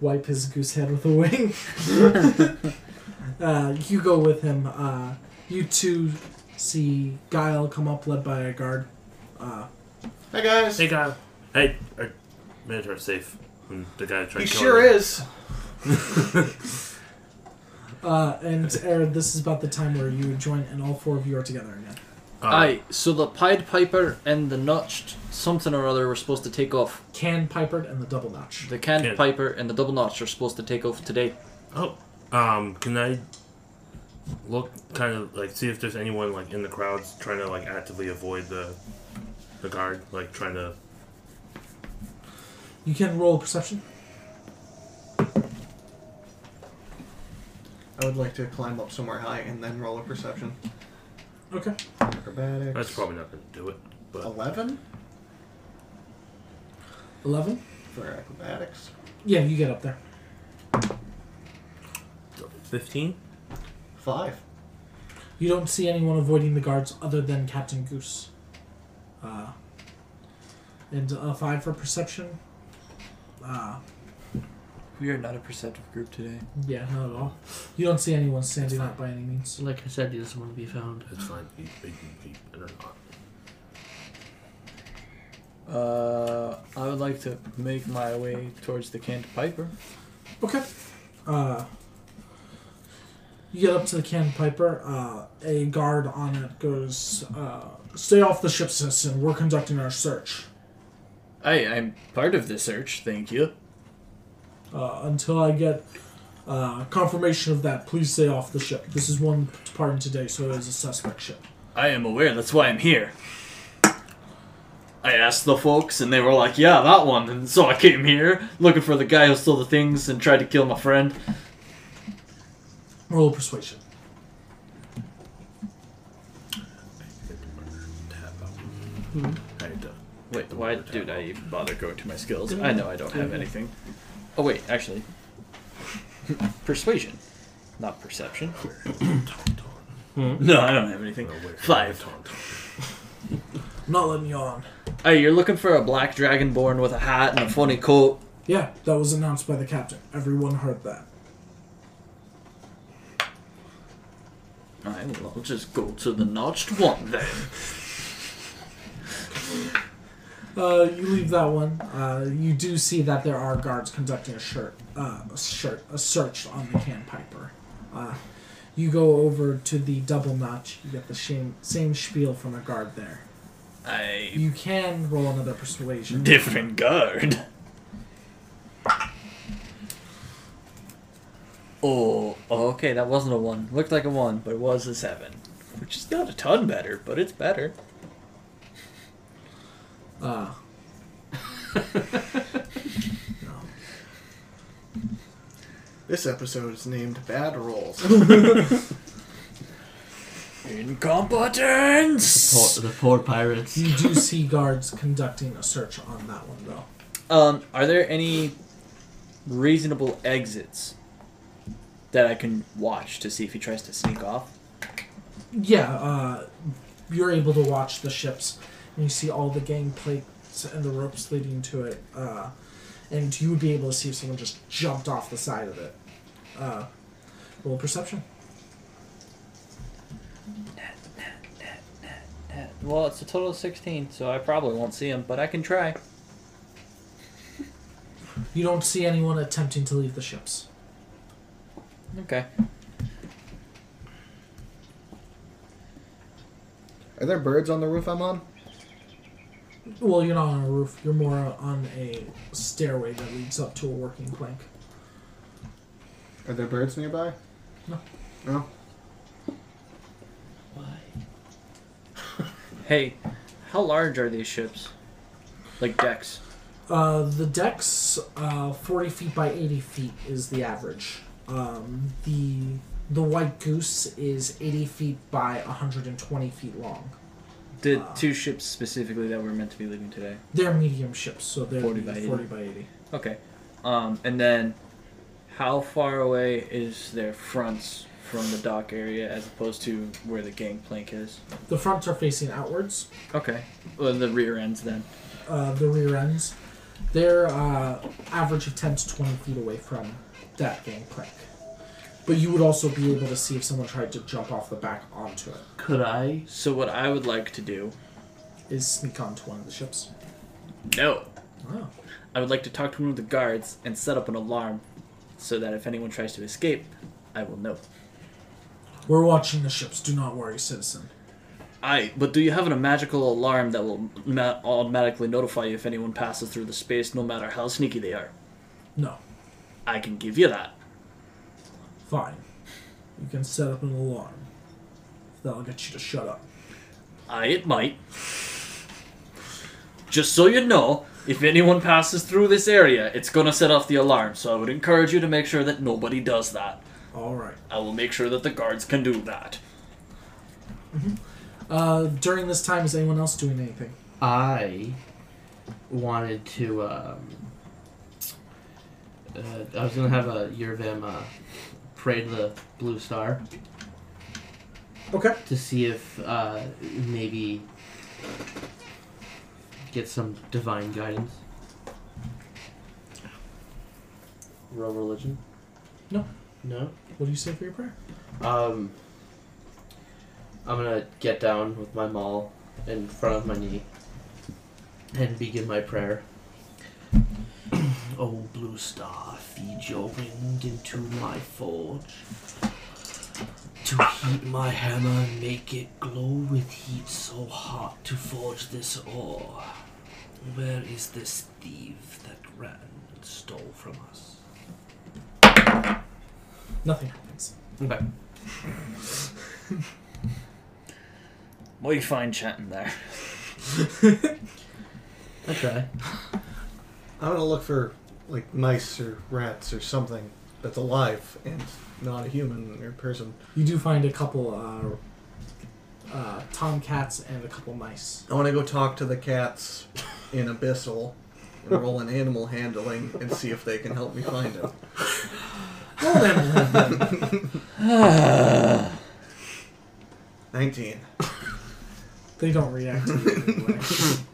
wipe his goose head with a wing. uh, you go with him. Uh, you two see Guile come up, led by a guard. Uh, Hey guys. Hey, guy. Hey, our Minotaur's safe. And the guy tried he to kill sure him. is. uh, and Aaron, this is about the time where you would join, and all four of you are together again. Uh, Aye, so the Pied Piper and the Notched something or other were supposed to take off. Can Piper and the Double Notch. The Canned Yeah. Piper and the Double Notched are supposed to take off today. Oh, um, can I look kind of like see if there's anyone like in the crowds trying to like actively avoid the the guard, like trying to. You can roll perception. I would like to climb up somewhere high and then roll a perception. Okay. Acrobatics. That's probably not going to do it, but eleven 11? for acrobatics. Yeah, you get up there. fifteen. Five. You don't see anyone avoiding the guards other than Captain Goose. Uh, and a 5 for perception. Uh, We are not a perceptive group today. yeah, not at all. You don't see anyone standing out by any means. Like I said, he doesn't want to be found. That's fine. He, he, he better not. Uh, I would like to make my way towards the canned piper. Okay. Uh, you get up to the Can Piper. Uh, a guard on it goes, uh, Stay off the ship, citizen. We're conducting our search. Aye, I'm part of the search, thank you. Uh, until I get uh, confirmation of that, please stay off the ship. This is one departing today, so it is a suspect ship. I am aware, that's why I'm here. I asked the folks, and they were like, yeah, that one. And so I came here, looking for the guy who stole the things and tried to kill my friend. Roll persuasion. Tap out. Mm-hmm. I had to. Wait, why did I even bother going to my skills? I know I don't have anything. Oh, wait, actually. Persuasion, not perception. No, I don't have anything. Five. I'm not letting you on. Hey, you're looking for a black dragonborn with a hat and a funny coat. Yeah, that was announced by the captain. Everyone heard that. I will I'll just go to the notched one then. Uh, you leave that one. Uh, you do see that there are guards conducting a shirt, uh, a shirt, a search on the can piper. Uh, you go over to the double notch. You get the same same spiel from a guard there. I You can roll another persuasion. different guard. Oh, okay, that wasn't a one. Looked like a one, but it was a seven, which is not a ton better, but it's better. Uh, This episode is named Bad Rolls. Incompetence. Poor, the poor pirates. you do see guards conducting a search on that one though. Um, are there any reasonable exits that I can watch to see if he tries to sneak off? Yeah, uh, you're able to watch the ships, and you see all the gang plates and the ropes leading to it, uh, and you would be able to see if someone just jumped off the side of it. Uh, roll perception. Well, it's a total of 16, so I probably won't see him, but I can try. You don't see anyone attempting to leave the ships. Okay. Are there birds on the roof I'm on? Well, you're not on a roof. You're more on a stairway that leads up to a working plank. Are there birds nearby? No. No. Hey, how large are these ships? Like decks. Uh, the decks, uh, 40 feet by 80 feet is the average. Um, the the white goose is 80 feet by 120 feet long. The two ships specifically that were meant to be leaving today. They're medium ships, so they're 40 40 by by 80. 80. 40 by 80. Okay. Um, and then, how far away is their fronts from the dock area as opposed to where the gangplank is? The fronts are facing outwards. Okay. Well, the rear ends then. uh, the rear ends. They're uh, average of 10 to 20 feet away from that gangplank. But you would also be able to see if someone tried to jump off the back onto it, Could I? So what I would like to do? is sneak onto one of the ships. No. Oh. I would like to talk to one of the guards and set up an alarm, so that if anyone tries to escape, I will know. We're watching the ships. Do not worry, citizen. Aye, but do you have a magical alarm that will ma- automatically notify you if anyone passes through the space, no matter how sneaky they are? No. I can give you that. Fine. You can set up an alarm. That'll get you to shut up. Aye, it might. Just so you know, if anyone passes through this area, it's gonna set off the alarm, so I would encourage you to make sure that nobody does that. All right. I will make sure that the guards can do that. Uh, during this time, is anyone else doing anything? I wanted to. Um, uh, I was gonna have a Yervim uh, pray to the blue star Okay. to see if uh, maybe get some divine guidance. Real religion? No. No. What do you say for your prayer? Um, I'm gonna get down with my maul in front of my knee and begin my prayer. oh, blue star, feed your wind into my forge. To heat my hammer, make it glow with heat so hot to forge this ore. Where is this thief that ran and stole from us? Nothing happens. Okay. What do you find chanting there? Okay. I'm gonna look for like mice or rats or something that's alive and not a human or person. You do find a couple uh, uh, tomcats and a couple mice. I want to go talk to the cats in Abyssal and roll an animal handling and see if they can help me find him. Roll an animal handling. Nineteen. They don't react to you in any way.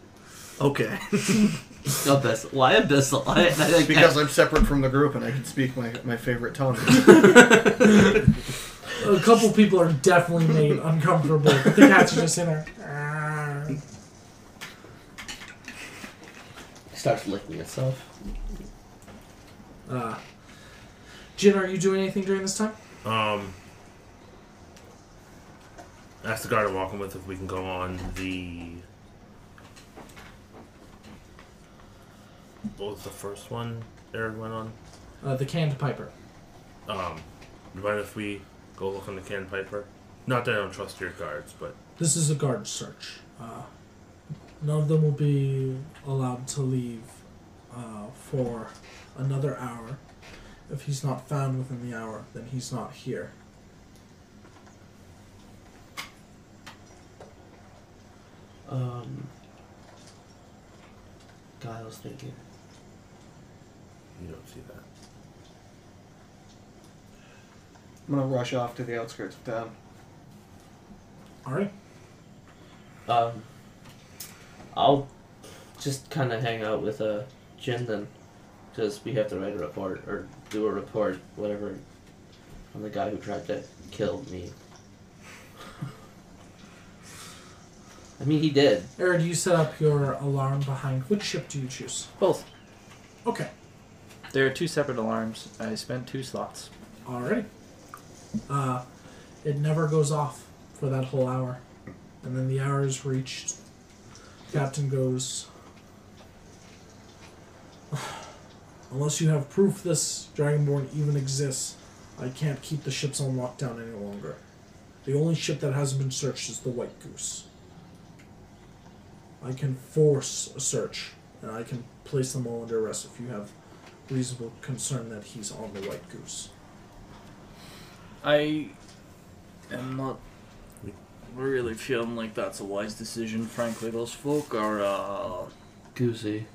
Okay. Abyssal. Why abyssal? I, I, I, because I'm separate from the group and I can speak my, my favorite tongue. A couple people are definitely made uncomfortable. The cats are just in there. "Ah." starts licking itself. Uh, Jin, are you doing anything during this time? Um, ask the guard I'm walking with if we can go on the. What was the first one Eric went on? Uh, the canned piper. Um, you mind if we go look on the can piper? Not that I don't trust your guards, but This is a guard search. Uh, none of them will be allowed to leave uh, for another hour. If he's not found within the hour, then he's not here. Um, God, I was thinking. you don't see that. I'm gonna rush off to the outskirts of town. All right. Um, I'll just kind of hang out with uh, Jen then, because we have to write a report or do a report, whatever. I'm the guy who tried to kill me. I mean, he did. Eric, do you set up your alarm behind which ship do you choose? Both. Okay. There are two separate alarms. I spent two slots. Alrighty. Uh, it never goes off for that whole hour. And then the hour is reached. Captain goes, Unless you have proof this Dragonborn even exists, I can't keep the ships on lockdown any longer. The only ship that hasn't been searched is the White Goose. I can force a search, and I can place them all under arrest if you have reasonable concern that he's on the White Goose. I am not really feeling like that's a wise decision. Frankly, those folk are. uh... Goosey.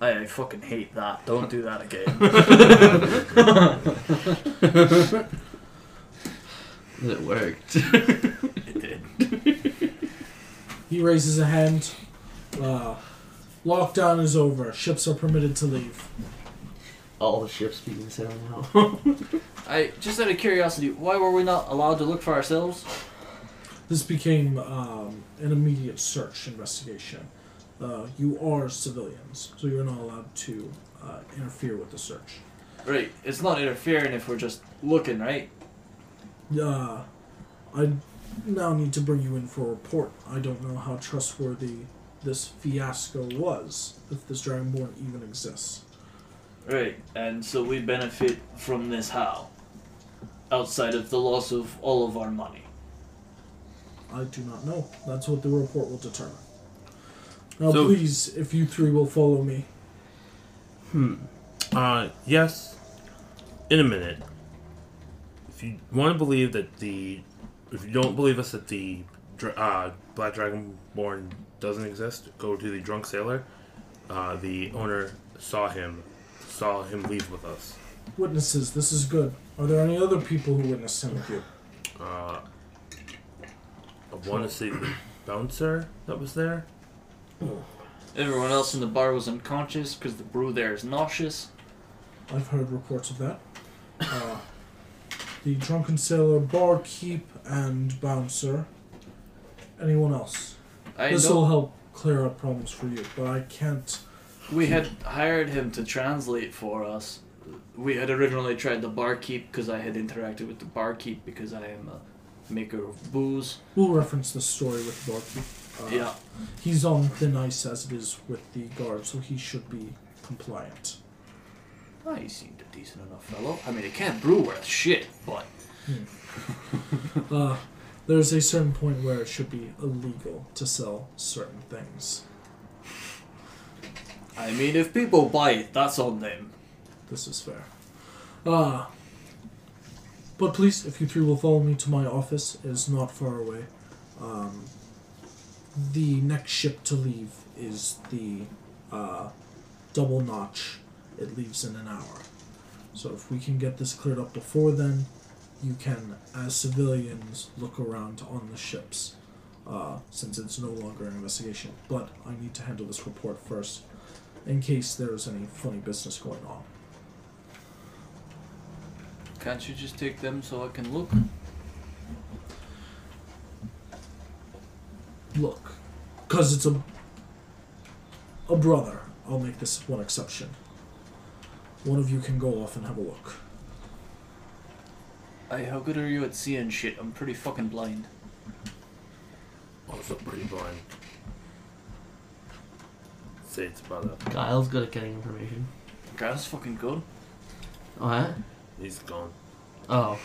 I fucking hate that. Don't do that again. It worked. It did. He raises a hand. Uh, lockdown is over. Ships are permitted to leave. All the ships being sailed now. I just out of curiosity, why were we not allowed to look for ourselves? This became um, an immediate search investigation. Uh, you are civilians, so you're not allowed to uh, interfere with the search. Right, it's not interfering if we're just looking, right? Uh, I now need to bring you in for a report. I don't know how trustworthy this fiasco was, if this Dragonborn even exists. Right, and so we benefit from this how? Outside of the loss of all of our money. I do not know. That's what the report will determine. Now, So- please, if you three will follow me. Uh, yes. In a minute. If you want to believe that the, if you don't believe us that the, dra- uh, Black Dragonborn doesn't exist, go to the drunk sailor. Uh, the owner saw him, saw him leave with us. Witnesses, this is good. Are there any other people who witnessed him with you? Uh, I want to say the bouncer that was there. Everyone else in the bar was unconscious because the brew there is nauseous. I've heard reports of that. Uh, the drunken sailor, barkeep, and bouncer. Anyone else? I This know will help clear up problems for you, but I can't. we had hired him to translate for us. We had originally tried the barkeep because I had interacted with the barkeep because I am a maker of booze. We'll reference the story with the barkeep. Uh, Yeah. He's on thin ice as it is with the guard, so he should be compliant. Ah, he seemed a decent enough fellow. I mean, it can't brew worth shit, but Uh, there's a certain point where it should be illegal to sell certain things. I mean, if people buy it, that's on them. This is fair. Uh, but please, if you three will follow me to my office, it is not far away. Um, the next ship to leave is the uh, double notch. It leaves in an hour. So if we can get this cleared up before then, you can, as civilians, look around on the ships. Uh, since it's no longer an investigation, but I need to handle this report first in case there's any funny business going on. Can't you just take them so I can look? Look, because it's a a brother, I'll make this one exception. One of you can go off and have a look. Hey, how good are you at seeing shit? I'm pretty fucking blind. Also Oh, pretty blind. Say it's about a. Giles good at getting information. Okay, that's fucking good. Alright. He's gone. Oh,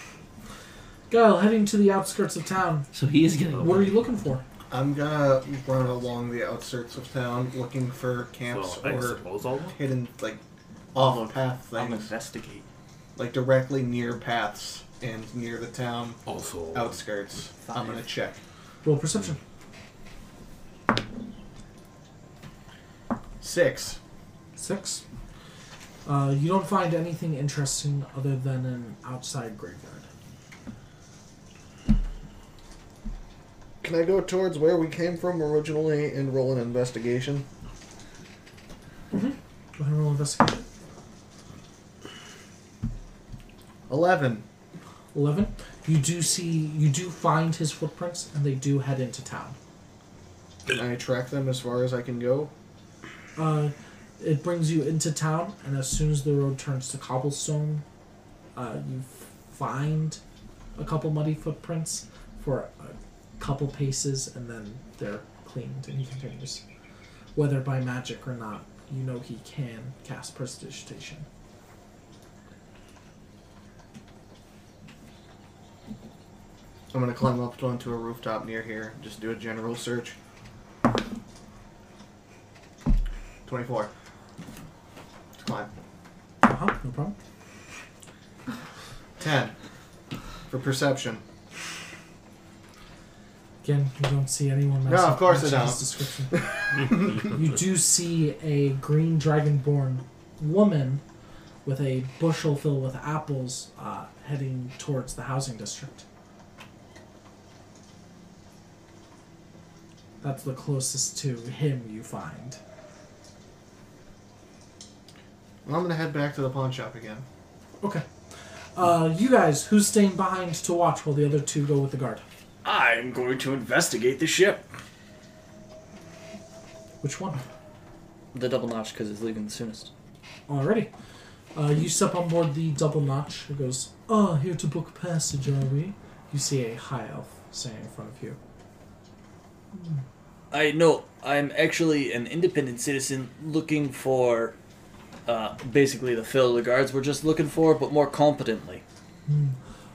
Guile, heading to the outskirts of town. so he is getting. What are you looking for? I'm gonna run along the outskirts of town looking for camps Well, I or suppose I'll. hidden, like, off path things. investigate. Like, directly near paths and near the town Also. outskirts. I'm gonna check. Roll perception. Six. Six. Uh, you don't find anything interesting other than an outside graveyard. Can I go towards where we came from originally and roll an investigation? Go ahead and roll investigation. 11. Eleven. You do see, you do find his footprints, and they do head into town. Can I track them as far as I can go? Uh, it brings you into town, and as soon as the road turns to cobblestone, uh, you find a couple muddy footprints for a couple paces, and then they're cleaned and he continues. Whether by magic or not, you know he can cast prestidigitation. I'm gonna climb up onto a rooftop near here. Just do a general search. Twenty-four. Climb. Uh huh, no problem. Ten. For perception. Again, you don't see anyone. No, matching- of course I matching this description. you do see a green dragonborn woman with a bushel filled with apples uh, heading towards the housing district. That's the closest to him you find. Well, I'm gonna head back to the pawn shop again. Okay. Uh, you guys, who's staying behind to watch while the other two go with the guard? I'm going to investigate the ship. Which one? The double notch because it's leaving the soonest. Alrighty. Uh, you step on board the double notch. It goes, Oh, here to book passage, are we? You see a high elf standing in front of you. I know. I'm actually an independent citizen looking for, uh, basically the fill the guards we're just looking for, but more competently.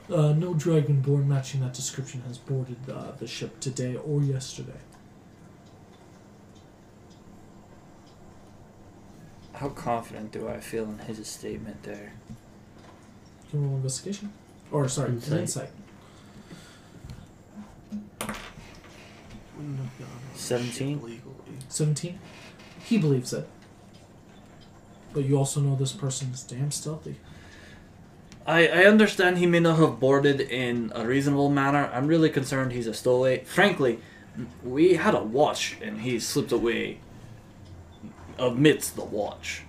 Uh, no dragonborn matching that description has boarded uh, the ship today or yesterday. How confident do I feel in his statement there? You can roll investigation. Or, sorry, an Insight. insight. Wouldn't have gone on the 17? ship Legally. 17. He believes it. But you also know this person is damn stealthy. I, I understand he may not have boarded in a reasonable manner. I'm really concerned he's a stowaway. Frankly, we had a watch and he slipped away amidst the watch.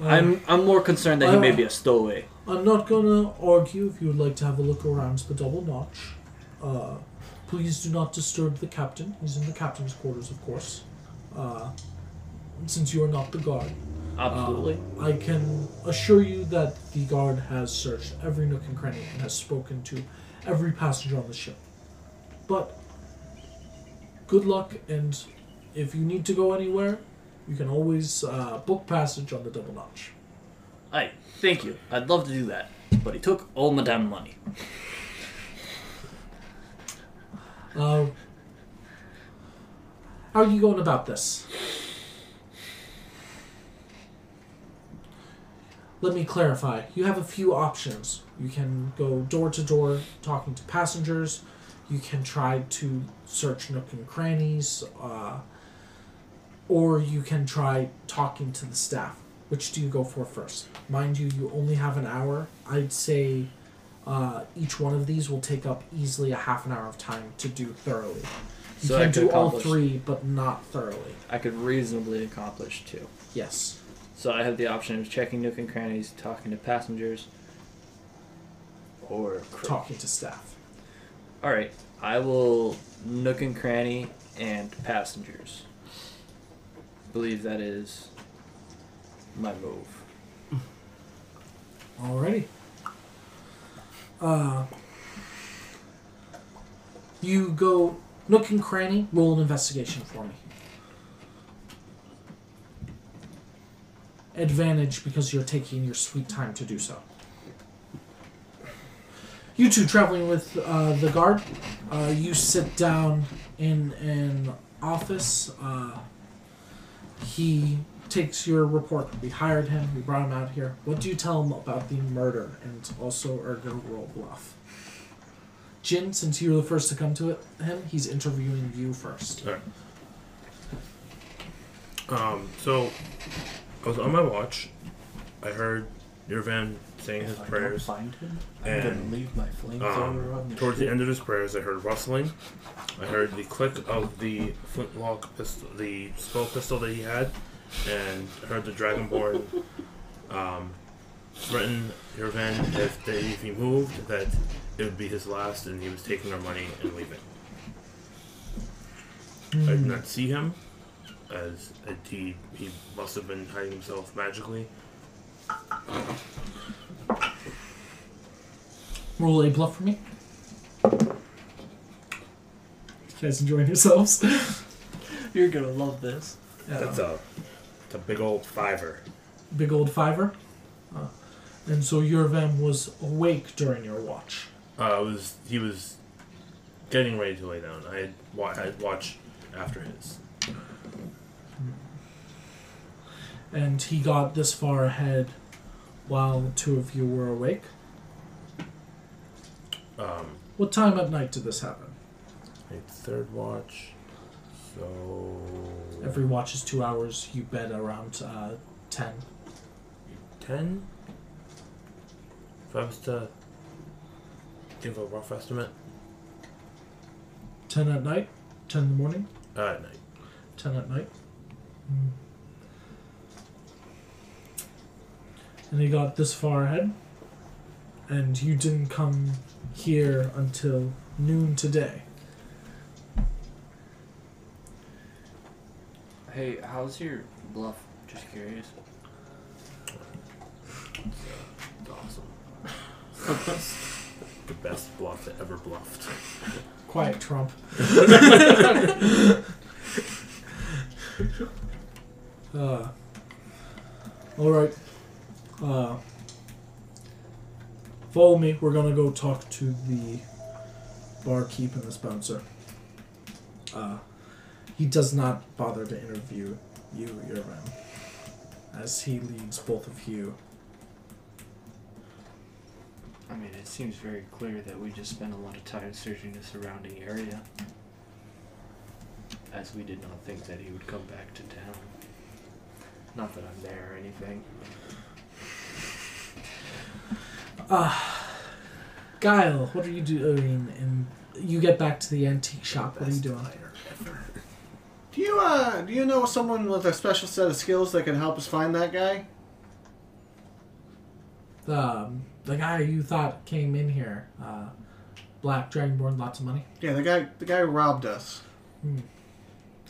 I'm I'm more concerned that he may be a stowaway. I'm not gonna argue if you would like to have a look around the double notch. Uh, please do not disturb the captain. He's in the captain's quarters, of course. Uh, since you are not the guard. Absolutely. I can assure you that the guard has searched every nook and cranny and has spoken to every passenger on the ship. But good luck, and if you need to go anywhere, you can always uh, book passage on the double notch. Aye, thank you. I'd love to do that. But he took all my damn money. Uh, how are you going about this? Let me clarify. You have a few options. You can go door to door talking to passengers. You can try to search nook and crannies. Uh, or you can try talking to the staff. Which do you go for first? Mind you, you only have an hour. I'd say uh, each one of these will take up easily a half an hour of time to do thoroughly. You So I can could do all accomplish- three, but not thoroughly. I could reasonably accomplish two. Yes. So I have the option of checking nook and crannies, talking to passengers, or cra- Talking to staff. All right, I will nook and cranny and passengers. Believe that is my move. Alrighty. Uh, you go nook and cranny. Roll an investigation for me. Advantage because you're taking your sweet time to do so. You two traveling with uh, the guard. Uh, you sit down in an office. Uh, he takes your report. We hired him. We brought him out here. What do you tell him about the murder and also are gonna roll bluff? Jin, since you were the first to come to it, him, he's interviewing you first. All right. Um, so I was on my watch. I heard Nirvan saying his If I don't prayers, find him, I'm gonna and leave my flamethrower on um, the towards the ship. end of his prayers, I heard rustling. I heard the click of the flintlock pistol, the skull pistol that he had, and I heard the dragonborn um, threaten Nirvan if, they, if he moved that it would be his last, and he was taking our money and leaving. I did not see him, as it- he he must have been hiding himself magically. Hmm. Roll a bluff for me. You guys enjoying yourselves? You're gonna love this. That's a, it's a big old fiver. big old fiver. Uh, and so Yurvam was awake during your watch. Uh, I was he was getting ready to lay down. I had wa- I had watched after his. and he got this far ahead while the two of you were awake. Um, What time at night did this happen? my third watch. So Every watch is two hours. You bed around uh, ten. ten. If I was to give a rough estimate, Ten at night. Ten in the morning, Uh, at night. ten at night. Hmm. And he got this far ahead, and you didn't come here until noon today. Hey, how's your bluff? Just curious. Awesome. The best bluff that ever bluffed. Quiet, Trump. uh, all right. Uh, follow me. We're gonna go talk to the barkeep and this bouncer. Uh, he does not bother to interview you, Irvin, as he leads both of you. I mean, it seems very clear that we just spent a lot of time searching the surrounding area. As we did not think that he would come back to town. Not that I'm there or anything. Guile, what are you doing? And you get back to the antique shop. What are you doing? Do you uh do you know someone with a special set of skills that can help us find that guy? um, the guy you thought came in here, uh, black dragonborn, lots of money. Yeah, the guy the guy who robbed us.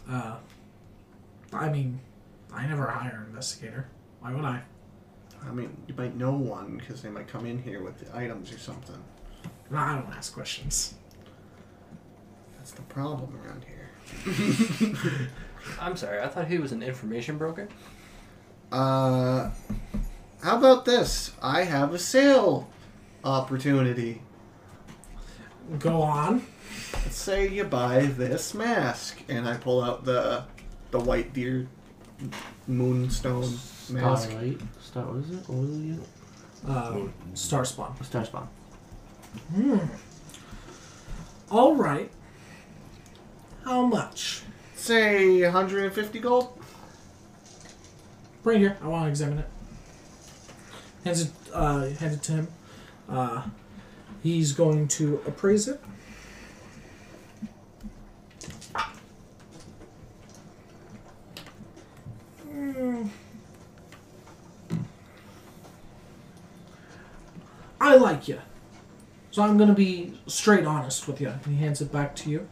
Uh, I mean, I never hire an investigator. Why would I? I mean, you might know one because they might come in here with the items or something. No, I don't ask questions. That's the problem around here. I'm sorry, I thought he was an information broker. Uh, how about this? I have a sale opportunity. Go on. Let's say you buy this mask, and I pull out the the white deer moonstone mask. Starlight. Star. What is it? What was it again? Uh, star spawn. Star spawn. All right. How much? Say 150 gold. Bring it here. I want to examine it. Hands it, uh, hand it to him. Uh, he's going to appraise it. Hmm. I like you. So I'm going to be straight honest with you. And he hands it back to you.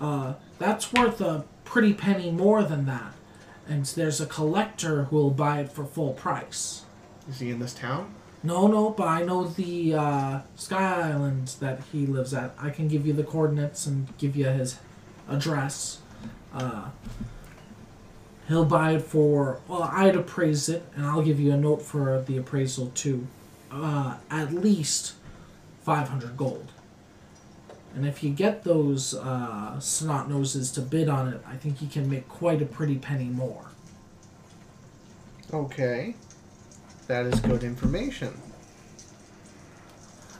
Uh, that's worth a pretty penny more than that and there's a collector who will buy it for full price. Is he in this town? No, no, but I know the uh, Sky Island that he lives at. I can give you the coordinates and give you his address. Uh, he'll buy it for, well, I'd appraise it, and I'll give you a note for the appraisal too. Uh, at least 500 gold. And if you get those uh, snot noses to bid on it, I think you can make quite a pretty penny more. Okay. That is good information.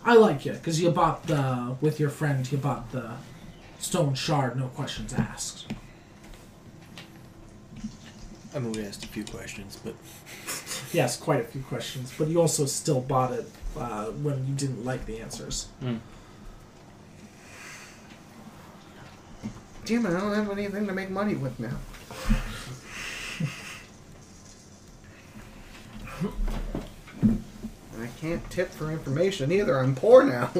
I like you because you bought the with your friend. You bought the stone shard, no questions asked. I mean, we asked a few questions, but Yes, quite a few questions, but you also still bought it uh, when you didn't like the answers. Damn it, I don't have anything to make money with now. and I can't tip for information either. I'm poor now.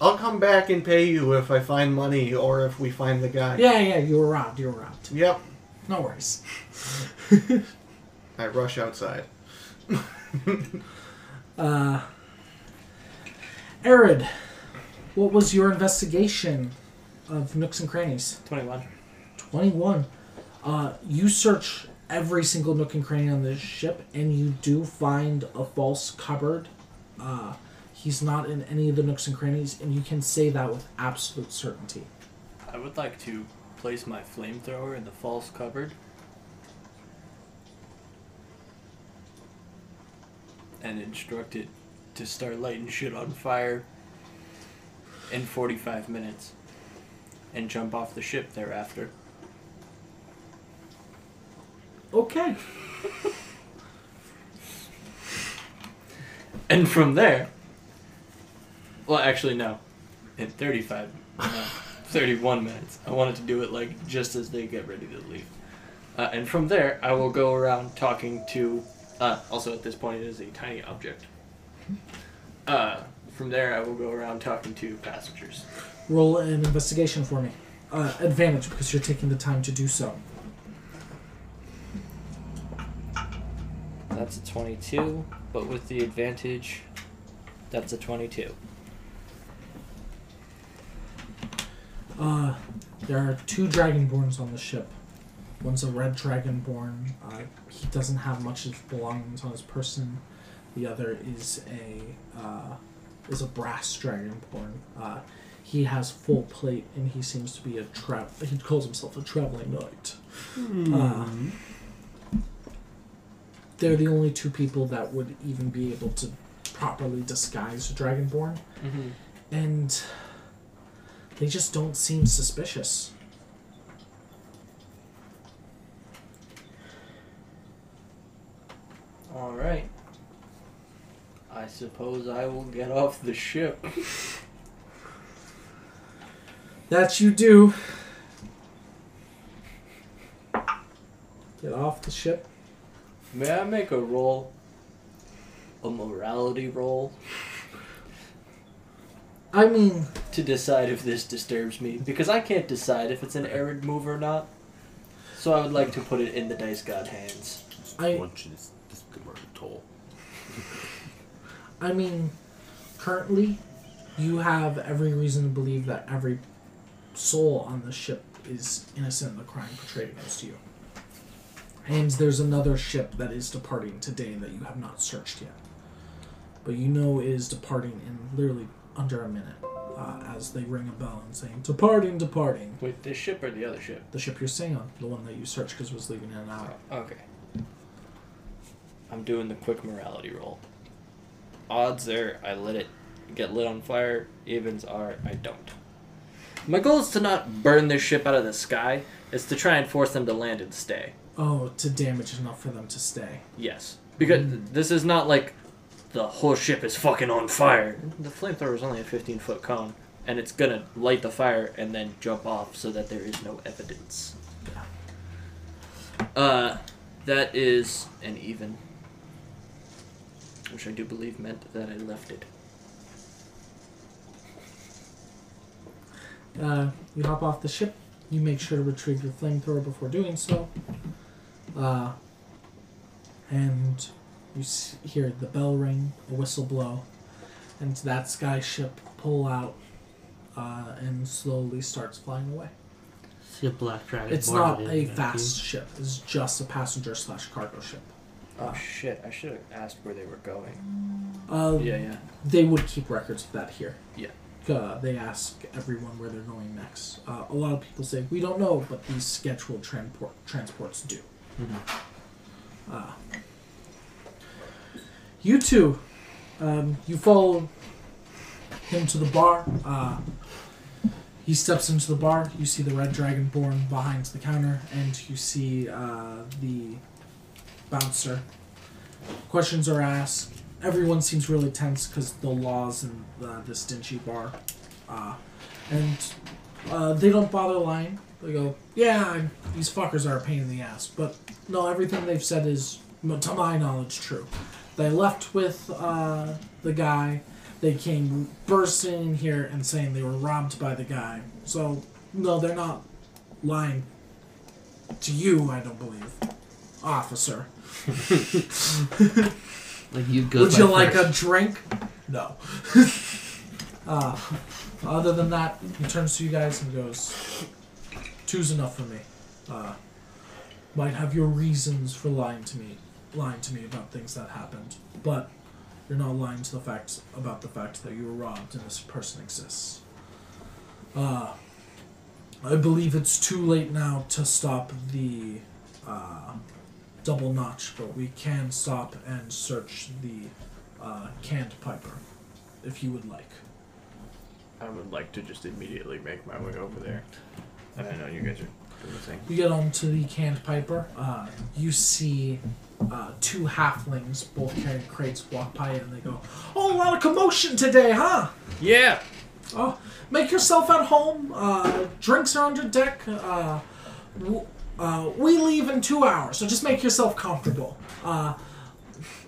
I'll come back and pay you if I find money or if we find the guy. Yeah, yeah, you were robbed. You were robbed. Yep. No worries. I rush outside. Uh, Arid, what was your investigation of nooks and crannies? 21. 21. Uh, you search every single nook and cranny on this ship, and you do find a false cupboard. Uh, he's not in any of the nooks and crannies, and you can say that with absolute certainty. I would like to place my flamethrower in the false cupboard. And instruct it to start lighting shit on fire in 45 minutes. And jump off the ship thereafter. Okay. And from there. Well, actually, no. In 35. No. 31 minutes. I wanted to do it like just as they get ready to leave. Uh, and from there, I will go around talking to. Uh, also, at this point, it is a tiny object. Uh, from there, I will go around talking to passengers. Roll an investigation for me. Uh, advantage because you're taking the time to do so. That's a 22, but with the advantage, that's a 22. Uh, there are two dragonborns on the ship. One's a red dragonborn. Uh, he doesn't have much of belongings on his person. The other is a uh, is a brass dragonborn. Uh, he has full plate, and he seems to be a tra- He calls himself a traveling knight. Uh, they're the only two people that would even be able to properly disguise a dragonborn, and they just don't seem suspicious. Alright. I suppose I will get off the ship. That you do. Get off the ship. May I make a roll? A morality roll? I mean, to decide if this disturbs me because I can't decide if it's an errand move or not. So I would like to put it in the dice god hands. I- Watch this, this converted toll. I mean, currently, you have every reason to believe that every soul on the ship is innocent of the crime portrayed against you. And there's another ship that is departing today that you have not searched yet. But you know is departing in literally under a minute uh, as they ring a bell and saying, Departing, departing. With this ship or the other ship? The ship you're staying on, the one that you searched because was leaving in an hour. Okay. I'm doing the quick morality roll. Odds are I let it get lit on fire, evens are I don't. My goal is to not burn this ship out of the sky, it's to try and force them to land and stay. Oh, to damage enough for them to stay. Yes. Because this is not like the whole ship is fucking on fire. The flamethrower is only a 15 foot cone, and it's gonna light the fire and then jump off so that there is no evidence. Uh, that is an even. Which I do believe meant that I left it. Uh, you hop off the ship. You make sure to retrieve your flamethrower before doing so. Uh, and you s- hear the bell ring, the whistle blow, and that sky ship pull out uh, and slowly starts flying away. See a black dragon. It's not a fast ship. It's just a passenger slash cargo ship. Oh shit, I should have asked where they were going. Uh, Yeah, yeah. They would keep records of that here. Yeah. Uh, they ask everyone where they're going next. Uh, a lot of people say we don't know, but these scheduled transport transports do. Uh, you two, um, you follow him to the bar. Uh, he steps into the bar. You see the red dragonborn behind the counter, and you see uh, the bouncer. Questions are asked everyone seems really tense because the laws in uh, this dingy bar, uh, and uh, they don't bother lying. They go, "Yeah, these fuckers are a pain in the ass," but no, everything they've said is, m- to my knowledge, true. They left with uh, the guy. They came bursting in here and saying they were robbed by the guy. So no, they're not lying to you. I don't believe, officer. Like you go. Would you like a drink? No. uh, other than that, he turns to you guys and goes, Two's enough for me. Uh, might have your reasons for lying to me, lying to me about things that happened, but you're not lying to the fact about the fact that you were robbed and this person exists. Uh, I believe it's too late now to stop the uh, double notch, but we can stop and search the uh, canned piper if you would like. I would like to just immediately make my way over there. And I know you guys are doing the same. You get onto the canned piper. Uh, you see uh, two halflings, both carrying crates, walk by and they go, Oh, a lot of commotion today, huh? Yeah! Oh, make yourself at home. Uh, drinks are under deck. Uh, w- uh, we leave in two hours, so just make yourself comfortable. Uh,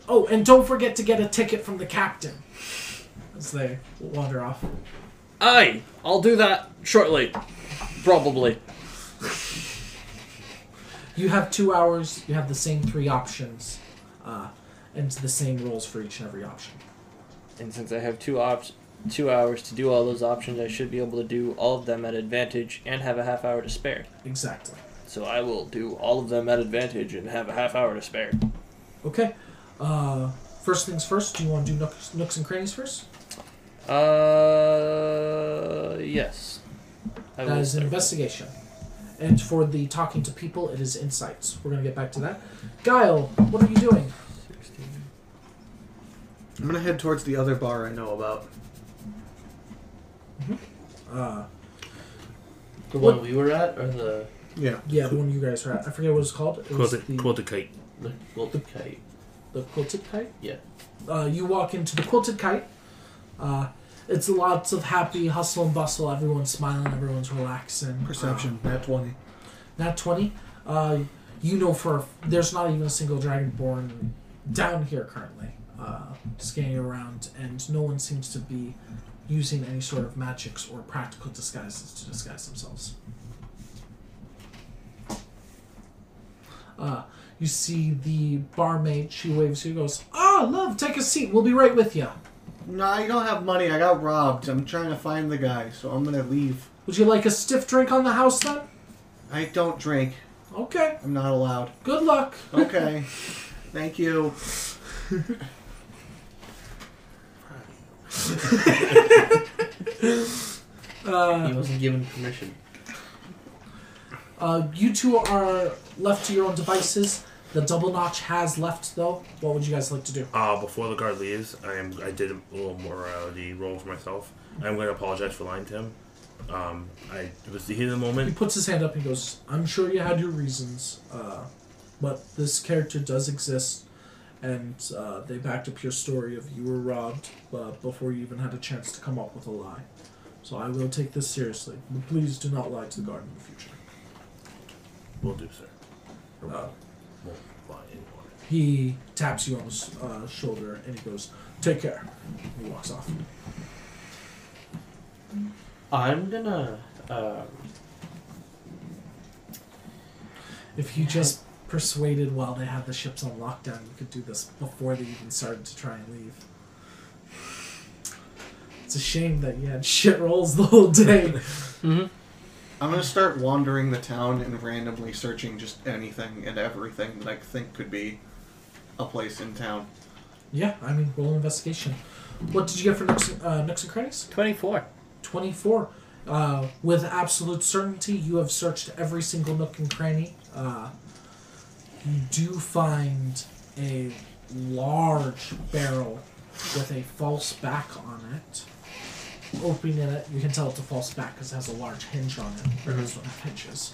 oh, and don't forget to get a ticket from the captain. As they wander off. Aye, I'll do that shortly. Probably. You have two hours. You have the same three options, uh, and the same rules for each and every option. And since I have two ops, two hours to do all those options, I should be able to do all of them at advantage and have a half hour to spare. Exactly. So I will do all of them at advantage and have a half hour to spare. Okay. Uh, first things first. Do you want to do nooks, nooks and crannies first? Uh, yes. I That will is an start. investigation. And for the talking to people, it is insights. We're going to get back to that. Guile, what are you doing? I'm gonna head towards the other bar I know about. Uh, The What- one we were at, or the Yeah. yeah, the one you guys are at. I forget what it's called. It was Quilted, the, quilted kite. the golden kite. the quilted kite. Yeah. Uh, you walk into the quilted kite. Uh, it's lots of happy hustle and bustle. Everyone's smiling. Everyone's relaxing. Perception. Nat 20. Not 20. Uh, you know for a f- there's not even a single dragonborn down here currently uh, scanning around, and no one seems to be using any sort of magics or practical disguises to disguise themselves. Uh, you see the barmaid. She waves. She goes, "Ah, love, take a seat. We'll be right with you. No, I don't have money. I got robbed. I'm trying to find the guy, so I'm gonna leave. Would you like a stiff drink on the house then? I don't drink. Okay. I'm not allowed. Good luck." Okay. Thank you. Uh, He wasn't given permission. Uh, you two are left to your own devices. The double notch has left, though. What would you guys like to do? Uh, before the guard leaves, I am. I did a little morality roll for myself. I'm going to apologize for lying to him. Um, I it was the heat of the He moment. puts his hand up and goes, I'm sure you had your reasons, uh, but this character does exist, and uh, they backed up your story of you were robbed uh, before you even had a chance to come up with a lie. So I will take this seriously. But please do not lie to the guard in the future. Will do, sir. Or Uh, won't lie anymore. he taps you on the s- uh, shoulder and he goes, Take care. He walks off. I'm gonna. Um, If he just persuaded while they had the ships on lockdown, you could do this before they even started to try and leave. It's a shame that you had shit rolls the whole day. I'm gonna start wandering the town and randomly searching just anything and everything that I think could be a place in town. yeah, I mean, roll investigation. What did you get for Nooks, uh, Nooks and Crannies? 24. 24. Uh, with absolute certainty, you have searched every single nook and cranny. Uh, you do find a large barrel with a false back on it. Opening it, you can tell it's a false back because it has a large hinge on it. Barrels don't have Mm-hmm. hinges.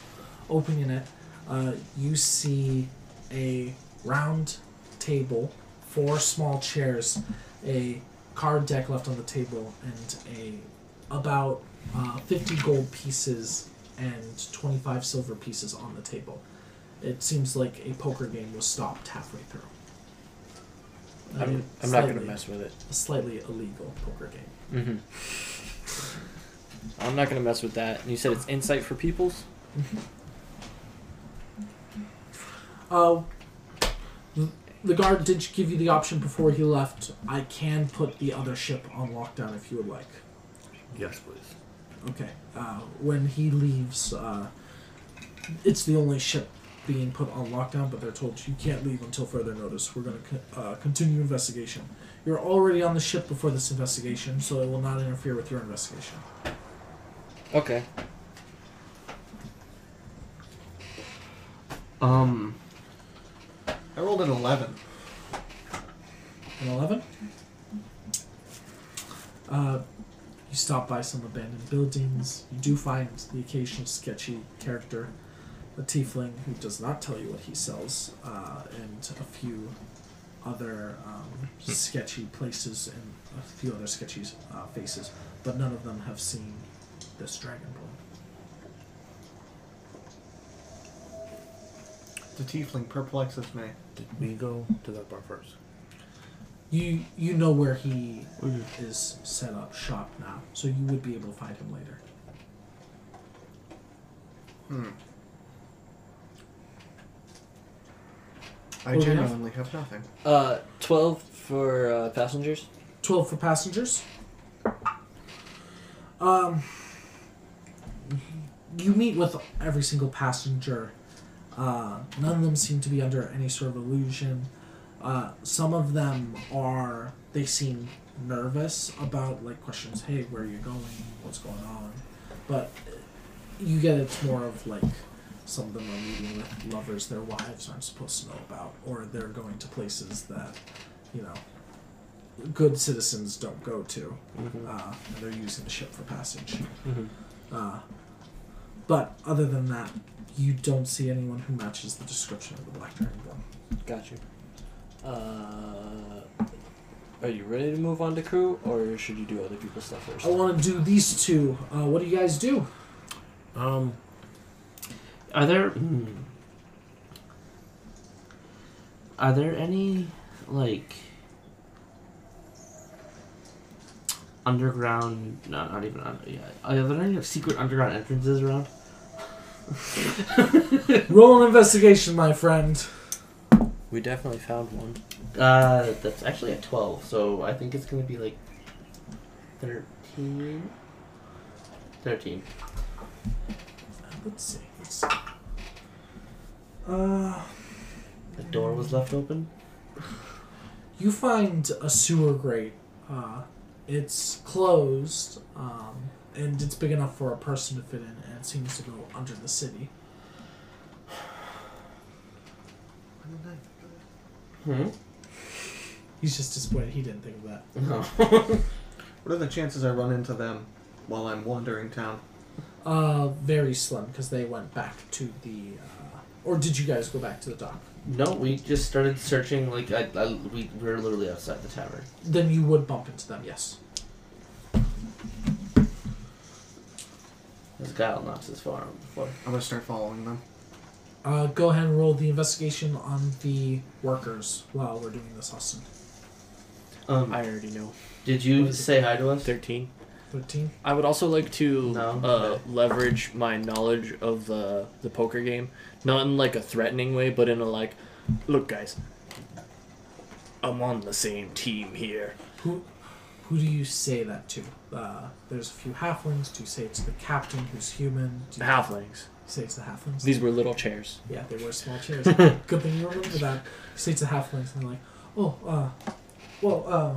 Opening it, uh, you see a round table, four small chairs, a card deck left on the table, and a about uh, 50 gold pieces and 25 silver pieces on the table. It seems like a poker game was stopped halfway through. I mean, I'm, I'm not gonna slightly- mess with it. A slightly illegal poker game. Mm-hmm. I'm not gonna mess with that. And you said it's insight for peoples. Oh, the guard did give you the option before he left. I can put the other ship on lockdown if you would like. Yes, please. Okay. Uh, when he leaves, uh, it's the only ship being put on lockdown, but they're told you can't leave until further notice. We're going to co- uh, continue investigation. You're already on the ship before this investigation, so it will not interfere with your investigation. Okay. Um, I rolled an 11. An 11? Uh, you stop by some abandoned buildings. You do find the occasional sketchy character, a tiefling who does not tell you what he sells, uh, and a few other um, sketchy places and a few other sketchy uh, faces, but none of them have seen this dragonborn. The tiefling perplexes me. Did we go to that bar first? You you know where he is set up shop now, so you would be able to find him later. Hmm. I Well, we have- genuinely have nothing. Uh, 12 for uh, passengers. 12 for passengers. Um, you meet with every single passenger. Uh, none of them seem to be under any sort of illusion. Uh, some of them are, they seem nervous about like questions hey, where are you going? What's going on? But you get it's more of like some of them are meeting with lovers their wives aren't supposed to know about, or they're going to places that, you know, good citizens don't go to. Mm-hmm. Uh, and they're using the ship for passage. Uh, but other than that, you don't see anyone who matches the description of the Black Dragonborn. Got you. Uh, are you ready to move on to crew, or should you do other people's stuff first? I want to do these two. Uh, what do you guys do? Um, Are there hmm. are there any like underground? No, not even. Under, yeah, are there any like, secret underground entrances around? Roll an investigation, my friend. We definitely found one. Uh, that's actually a twelve, so I think it's gonna be like thirteen. Thirteen. Let's see. Let's see. Uh, The door was left open. you find a sewer grate. Uh, it's closed, um, and it's big enough for a person to fit in, and it seems to go under the city. Hmm. He's just disappointed he didn't think of that. No. What are the chances I run into them while I'm wandering town? Uh, very slim because they went back to the. Uh, or did you guys go back to the dock? No, we just started searching. Like I, I we we were literally outside the tavern. Then you would bump into them, yes. This guy knocks his forearm before. I'm gonna start following them. Uh, go ahead and roll the investigation on the workers while we're doing this, Austin. Um, I already know. did you say hi to us? 13. 13? I would also like to No. uh, leverage my knowledge of the the poker game, not in like a threatening way, but in a like, look, guys, I'm on the same team here. Who, who do you say that to? Uh, there's a few halflings. Do you say it to the captain who's human? Do The you halflings. say it to the halflings? These were little chairs. Yeah, they were small chairs. Good thing you remember that. You say it to the halflings and they're like, oh, uh, well, uh,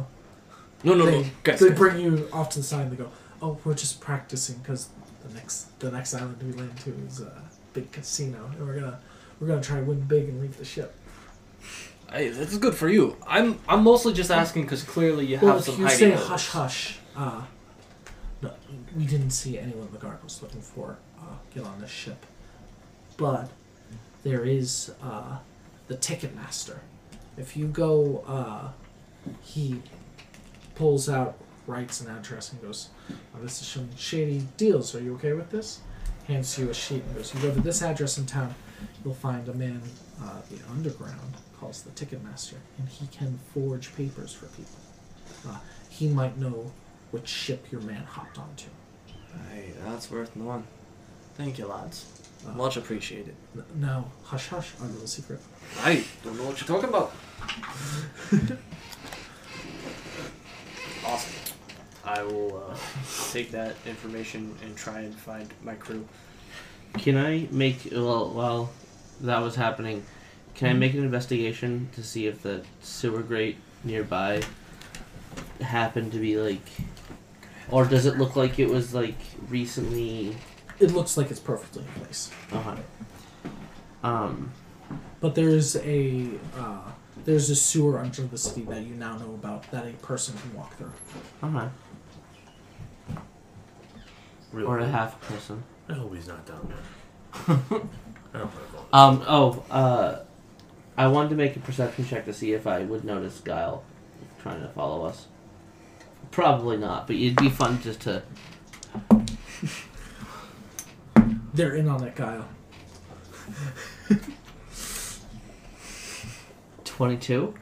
No, no, they, no, guys. they guys. bring you off to the side and they go, "Oh, we're just practicing because the next the next island we land to is a big casino, and we're gonna we're gonna try to win big and leave the ship." Hey, that's good for you. I'm I'm mostly just asking because clearly you have Well, some if you hiding say holes. hush hush, uh, no, we didn't see anyone the guard was looking for uh, get on this ship, but there is uh, the ticket master. If you go, uh, he pulls out, writes an address, and goes, "Oh, "This is some shady deals. Are you okay with this?" Hands you a sheet and goes, "You go to this address in town, you'll find a man, uh, the underground, calls the ticket master, and he can forge papers for people." Uh, he might know which ship your man hopped onto. Hey, that's worth knowing. Thank you, lads. Ah. Uh, Much appreciated. N- no, hush hush, our little secret. I don't know what you're talking about. awesome. I will uh, take that information and try and find my crew. Can I make well while that was happening? Can I make an investigation to see if the sewer grate nearby happened to be like, or does it look like it was like recently? It looks like it's perfectly in place. Uh-huh. Um. But there's a uh, there's a sewer under the city that you now know about that a person can walk through. Uh huh. really? Or a half person. I hope he's not down there. I don't wanna go. Um. Oh. Uh. I wanted to make a perception check to see if I would notice Guile trying to follow us. Probably not, but it'd be fun just to. They're in on it, Kyle. 22?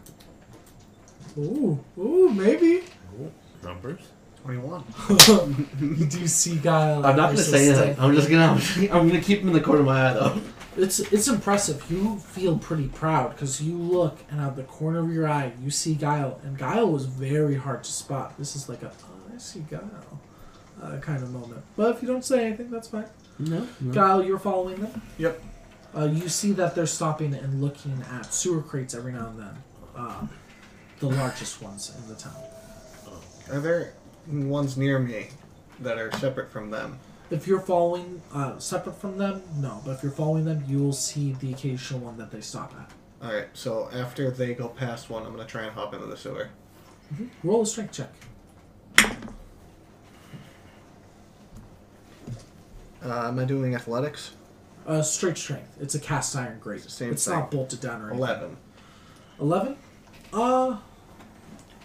Ooh, ooh, maybe. Numbers? 21. you do see Guile. I'm not gonna versus say anything. Stefan. I'm just gonna. I'm gonna keep him in the corner of my eye though. It's it's impressive. You feel pretty proud because you look and out the corner of your eye you see Guile, and Guile was very hard to spot. This is like a oh, I see Guile uh, kind of moment. But if you don't say anything, that's fine. No. Guile, you're following them. Yep. Uh, you see that they're stopping and looking at sewer crates every now and then, uh, the largest ones in the town. Are there ones near me that are separate from them? If you're following uh, separate from them, no. But if you're following them, you will see the occasional one that they stop at. Alright, so after they go past one, I'm gonna try and hop into the sewer. Roll a strength check. Uh, am I doing athletics? Uh, straight strength. It's a cast iron grate. It's the same it's thing. not bolted down or anything. 11. Eleven. Uh,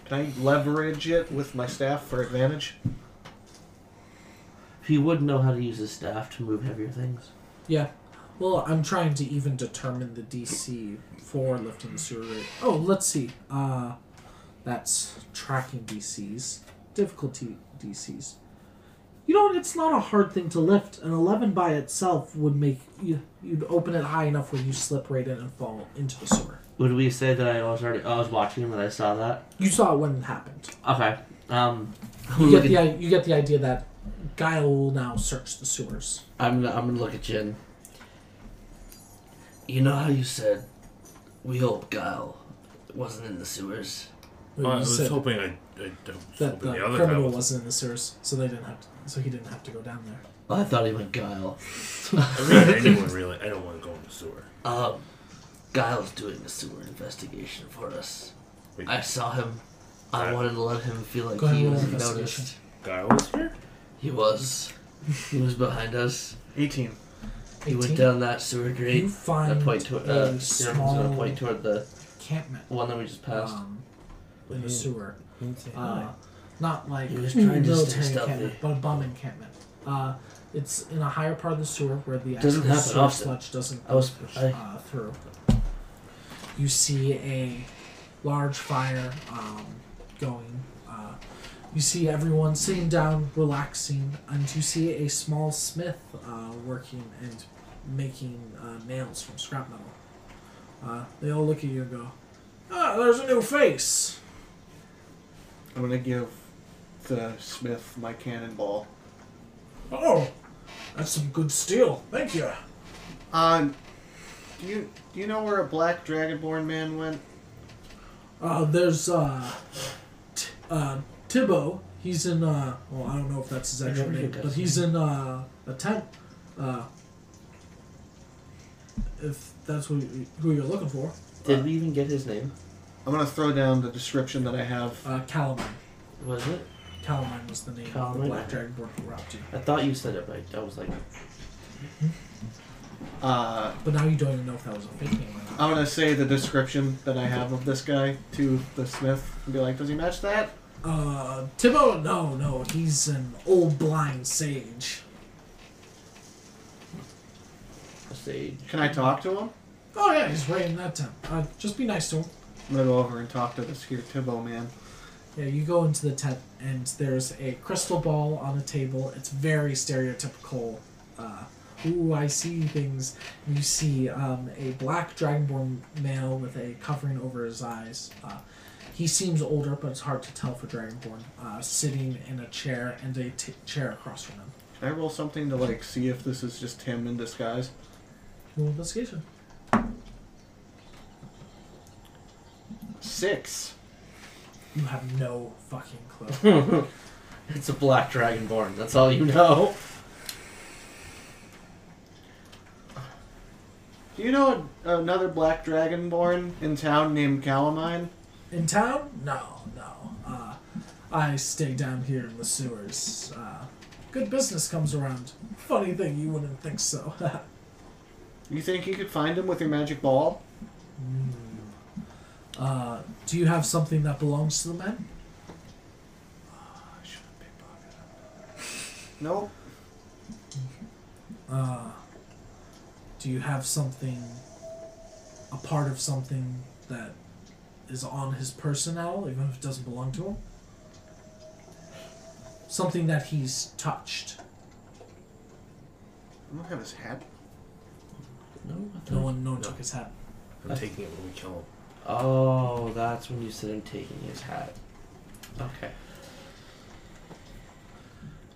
Can I leverage it with my staff for advantage? He would know how to use his staff to move heavier things. yeah. Well, I'm trying to even determine the DC for lifting the sewer rate. Oh, let's see. Uh, that's tracking DCs, difficulty DCs. You know, what? it's not a hard thing to lift. An eleven by itself would make you you'd open it high enough where you slip right in and fall into the sewer. Would we say that I was already? I was watching him and I saw that. You saw it when it happened. Okay. Um. I'm You get, looking, the, i- you get the idea that Guile will now search the sewers. I'm gonna. I'm gonna look at Jin. You know how you said we hope Guile wasn't in the sewers. Wait, I you was said hoping I, I, I was that hoping the, the other guy criminal was. wasn't in the sewers, so they didn't have to, so he didn't have to go down there. I thought he meant Guile. I mean, anyone really. I don't want to go in the sewer. Um, Giles doing the sewer investigation for us. Wait. I saw him. I Alright. wanted to let him feel like Go ahead, he roll was investigation. noticed. Guy was here? He was. He was behind us. 18. He went 18? down that sewer You grate. I find point to a uh, yeah, I'm small gonna point toward the encampment one that we just passed. um, in Yeah. the sewer. Uh, not like He was a trying to stay military stealthy. encampment, but a bomb encampment. Uh, it's in a higher part of the sewer where the Doesn't actual happen sewer often. sludge doesn't I was- push, I- uh, through. You see a large fire um, going. Uh, you see everyone sitting down, relaxing, and you see a small smith uh, working and making uh, nails from scrap metal. Uh, they all look at you and go, "Ah, there's a new face." I'm gonna give the smith my cannonball. Oh, that's some good steel. Thank you. Um, do you do you know where a black dragonborn man went? Uh, there's uh, t- uh, Tibbo. He's in uh, well, I don't know if that's his actual never name, did but that. he's in uh, a tent. Uh, if that's who, you- who you're looking for, Did we even get his name? I'm gonna throw down the description that I have. uh, Calamine. Was it? Calamine was the name of the Calamine. black dragonborn who robbed you. I thought you said it, but I- I was like, Uh, But now you don't even know if that was a fake name or not. I'm gonna say the description that I have of this guy to the smith and be like, "Does he match that?" Uh, Tibbo? No, no, he's an old blind sage. a sage. Can I talk to him? Oh yeah, he's right in that tent. Uh, just be nice to him. I'm gonna go over and talk to this here Tibbo man. Yeah, you go into the tent and there's a crystal ball on a table. It's very stereotypical. Uh, Ooh, I see things. You see um, a black dragonborn male with a covering over his eyes. Uh, he seems older, but it's hard to tell for dragonborn. Uh, sitting in a chair and a t- chair across from him. Can I roll something to like see if this is just him in disguise? Roll investigation. Six. You have no fucking clue. It's a black dragonborn. That's all you know. Do you know a, another black dragonborn in town named Calamine? in town? No, no. Uh, I stay down here in the sewers. Uh, good business comes around. Funny thing, you wouldn't think so. You think you could find him with your magic ball? Uh, do you have something that belongs to the men? Nope. Uh, do you have something, a part of something that is on his person at all, even if it doesn't belong to him? Something that he's touched. I don't have his hat. Hmm. No, I No thought- one, no one No. took his hat. I'm taking it when we kill him. Oh, that's when you said I'm taking his hat. Okay.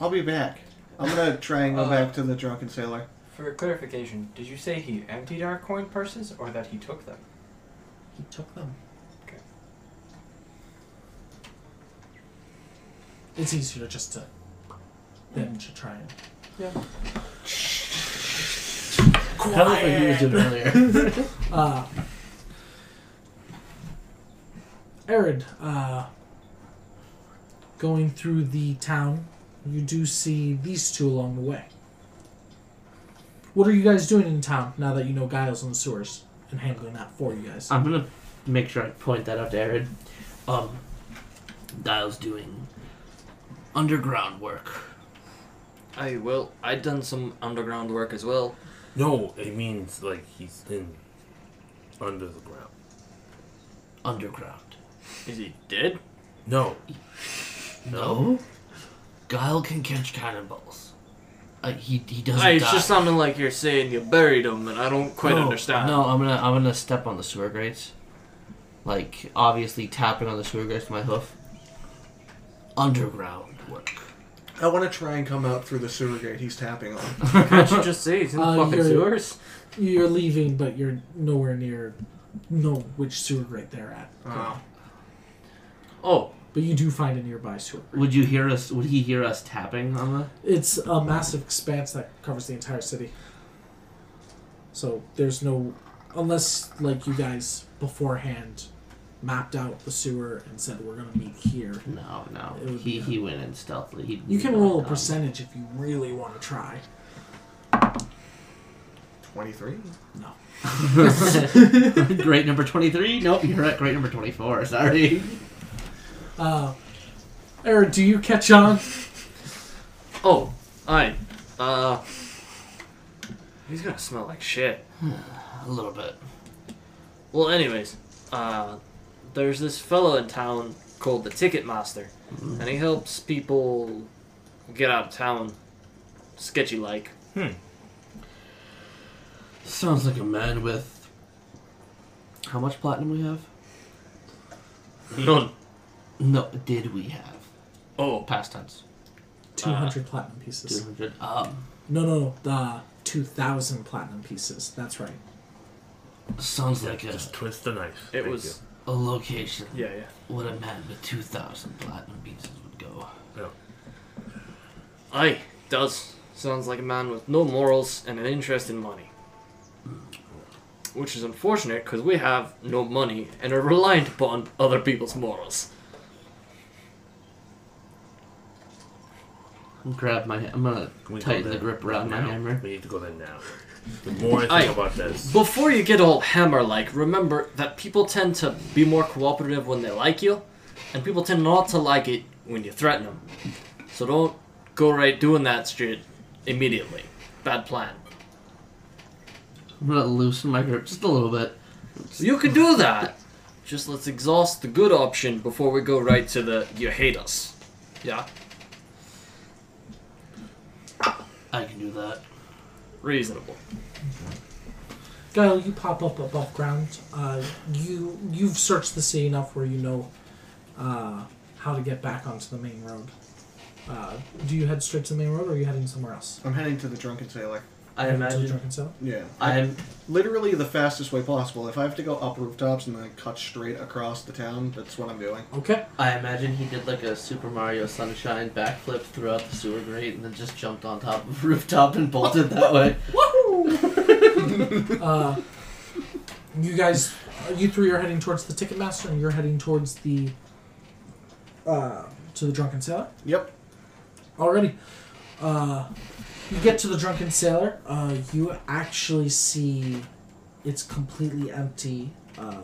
I'll be back. I'm gonna try and go back to the drunken sailor. For clarification, did you say he emptied our coin purses or that he took them? He took them. Okay. It's easier just to than to try and. That was what you was doing earlier. Uh, Arid, uh, going through the town, you do see these two along the way. What are you guys doing in town now that you know Giles and the sewers and handling that for you guys? I'm gonna make sure I point that out to Aaron. Um, Dial's doing underground work. I will. i done some underground work as well. No, it means like he's in under the ground. Underground. Is he dead? No, No. Guile can catch cannonballs. Uh, he he doesn't Hey, it's die. just something like you're saying you buried him, and I don't quite No, understand. No, I'm gonna I'm gonna step on the sewer grates. Like obviously tapping on the sewer grates with my hoof. Underground work. I want to try and come out through the sewer gate he's tapping on. Can't you just say he's in the Uh, fucking you're- sewers? You're leaving, but you're nowhere near know which sewer grate they're at. Oh. Oh, But you do find a nearby sewer. would you hear us? Would he hear us tapping on the? It's a massive expanse that covers the entire city. So there's no, unless like you guys beforehand mapped out the sewer and said we're gonna meet here. No, no. It would He be- he went in stealthily. He, You can he roll a knocked on. percentage if you really want to try. 23? No, great number twenty three. Nope, you're at great number twenty four. Sorry. uh, Eric, do you catch on? Oh, I. Uh. He's gonna smell like shit. A little bit. Well, anyways, uh, there's this fellow in town called the Ticketmaster, and he helps people get out of town, sketchy like. Sounds like a man with. How much platinum we have? None. No, did we have Oh, past tense? Two hundred platinum Two pieces. hundred. Um, No, no, no. Uh, two thousand platinum pieces. That's right. sounds like a, just twist the knife. it Thank was. a location. Yeah, yeah. What a man with 2,000 platinum pieces would go. Aye, does. Sounds like a man with no morals and an interest in money. Which is unfortunate because we have no money and are reliant upon other people's morals. I'm grab my. I'm gonna Can we go tighten the there grip around my now? hammer. We need to go there now. The more I think Aye. about this, Before you get all hammer like, remember that people tend to be more cooperative when they like you, and people tend not to like it when you threaten them. So don't go right doing that shit immediately. Bad plan. I'm gonna loosen my grip just a little bit. You can do that! Just let's exhaust the good option before we go right to the you hate us. Yeah? I can do that. Reasonable. Guile, you pop up above ground. Uh, you you've searched the city enough where you know uh, how to get back onto the main road. Uh, do you head straight to the main road, or are you heading somewhere else? I'm heading to the drunken sailor. I To the imagine. drunken sailor. Yeah. I'm. Literally the fastest way possible. If I have to go up rooftops and then cut straight across the town, that's what I'm doing. Okay. I imagine he did like a Super Mario Sunshine backflip throughout the sewer grate and then just jumped on top of rooftop and bolted that way. Uh, you guys, uh, you three are heading towards the Ticketmaster, and you're heading towards the uh, to the drunken sailor. Yep. Already, uh, you get to the drunken sailor. Uh, you actually see it's completely empty. Uh,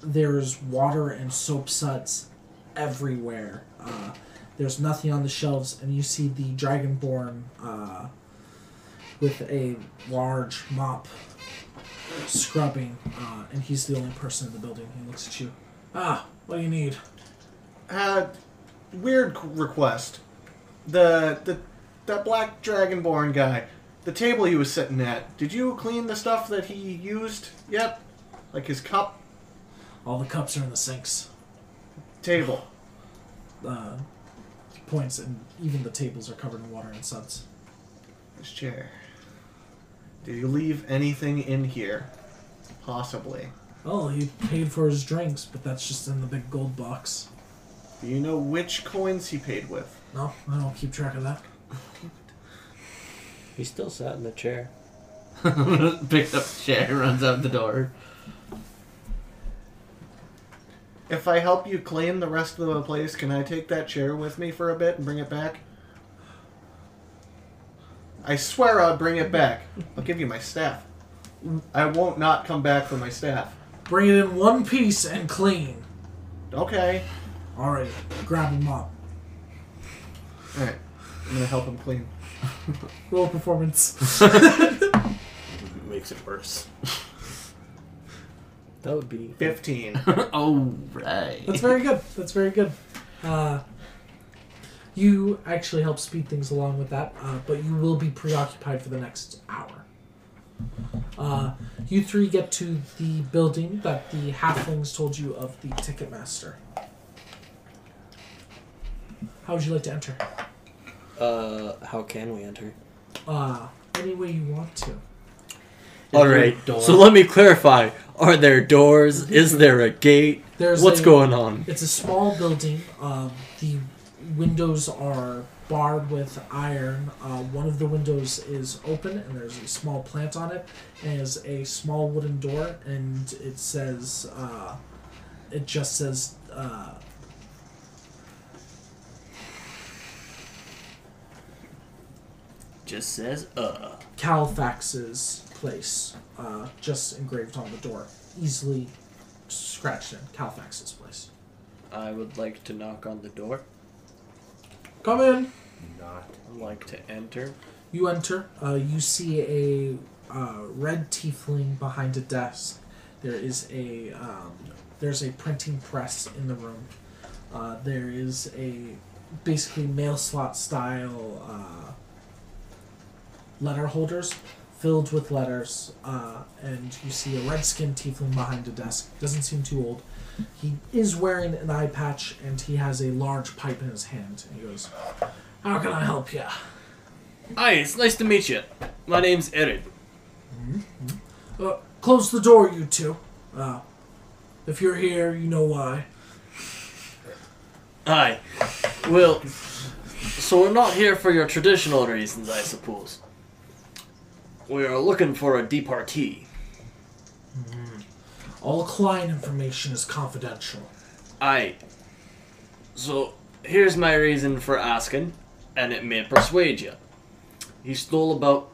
there's water and soapsuds everywhere. Uh, there's nothing on the shelves, and you see the dragonborn uh, with a large mop scrubbing, uh, and he's the only person in the building. He looks at you. Ah, what do you need? Uh, weird qu- request. The the that black dragonborn guy, the table he was sitting at. Did you clean the stuff that he used yet? Like his cup All the cups are in the sinks. table. Uh, points, and even the tables are covered in water and suds. This chair. Did you leave anything in here? Possibly. Oh, he paid for his drinks, but that's just in the big gold box. Do you know which coins he paid with? No, I don't keep track of that. He still sat in the chair. Picks up the chair, runs out the door. If I help you clean the rest of the place, can I take that chair with me for a bit and bring it back? I swear I'll bring it back. I'll give you my staff. I won't not come back for my staff. Bring it in one piece and clean. Okay. Alright, grab him up. Alright. I'm gonna help him clean. Roll performance. makes it worse. That would be. 15. oh, right. That's very good. That's very good. Uh, you actually help speed things along with that, uh, but you will be preoccupied for the next hour. Uh, you three get to the building that the halflings told you of the Ticketmaster. How would you like to enter? Uh, how can we enter? Uh, any way you want to. All there a right. door? So let me clarify. Are there doors? Is there a gate? There's What's a- going on? It's a small building. Um, the windows are barred with iron. Uh, one of the windows is open, and there's a small plant on it. And is a small wooden door, and it says, uh, it just says, uh, Just says uh. Calfax's place, uh, just engraved on the door, easily scratched in Calfax's place. I would like to knock on the door. Come in. Not. I'd like to enter. You enter. Uh, you see a uh, red tiefling behind a desk. There is a um, there's a printing press in the room. Uh, there is a basically mail slot style uh, letter holders filled with letters, uh, and you see a red skinned tiefling behind a desk. Doesn't seem too old. He is wearing an eye patch and he has a large pipe in his hand. And he goes, "How can I help you?" Hi, it's nice to meet you. My name's Erin. Uh, close the door, you two. Uh, if you're here, you know why. Hi. Well, so we're not here for your traditional reasons, I suppose. We are looking for a departee. All client information is confidential. Aye. So, here's my reason for asking, and it may persuade you. He stole about.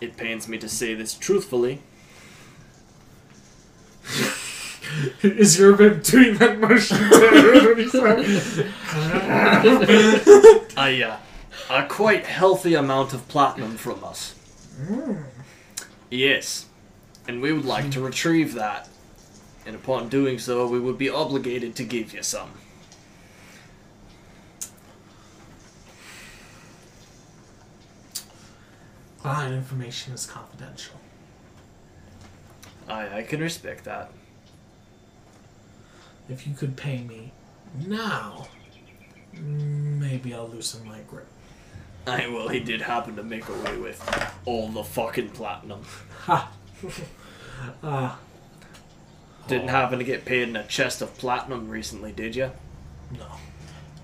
It pains me to say this truthfully. is your been doing that motion too? A, uh, a quite healthy amount of platinum from us. Yes. And we would like to retrieve that. And upon doing so, we would be obligated to give you some. client information is confidential. I, I can respect that. If you could pay me now, maybe I'll loosen my grip. Aye, well, he did happen to make away with all the fucking platinum. Ha! uh, Didn't happen to get paid in a chest of platinum recently, did you? no.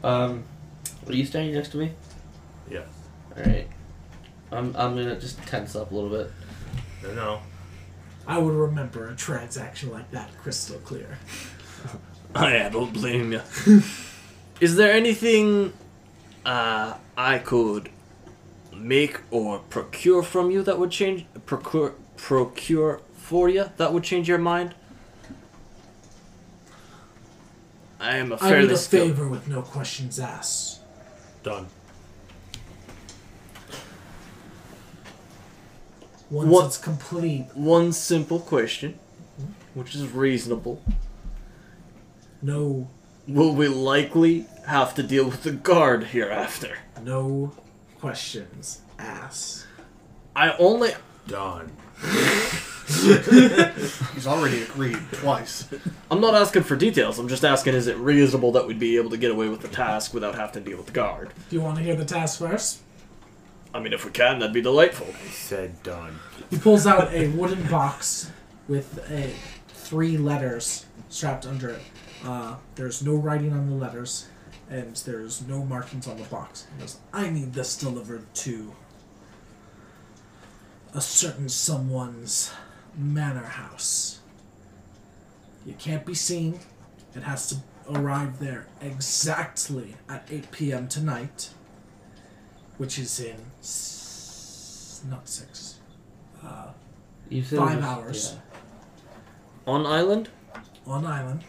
Um, are you standing next to me? Yeah. Alright. I'm, I'm gonna just tense up a little bit. No, no. I would remember a transaction like that crystal clear. I don't blame you. Is there anything uh, I could make or procure from you that would change procure procure for you, that would change your mind? I am a I need fairly a skilled. favor with no questions asked. Done. Once What- it's complete, One simple question, which is reasonable. no, Will we likely have to deal with the guard hereafter? no questions asked. I only. Done. He's already agreed twice. I'm not asking for details, I'm just asking is it reasonable that we'd be able to get away with the task without having to deal with the guard? Do you want to hear the task first? I mean, if we can, that'd be delightful. I said done. He pulls out a wooden box with a three letters strapped under it. Uh, there's no writing on the letters, and there's no markings on the box. He goes, "I need this delivered to a certain someone's manor house. You can't be seen. It has to arrive there exactly at 8 p.m. tonight, which is in s- not six." You said Five hours. On island? on island.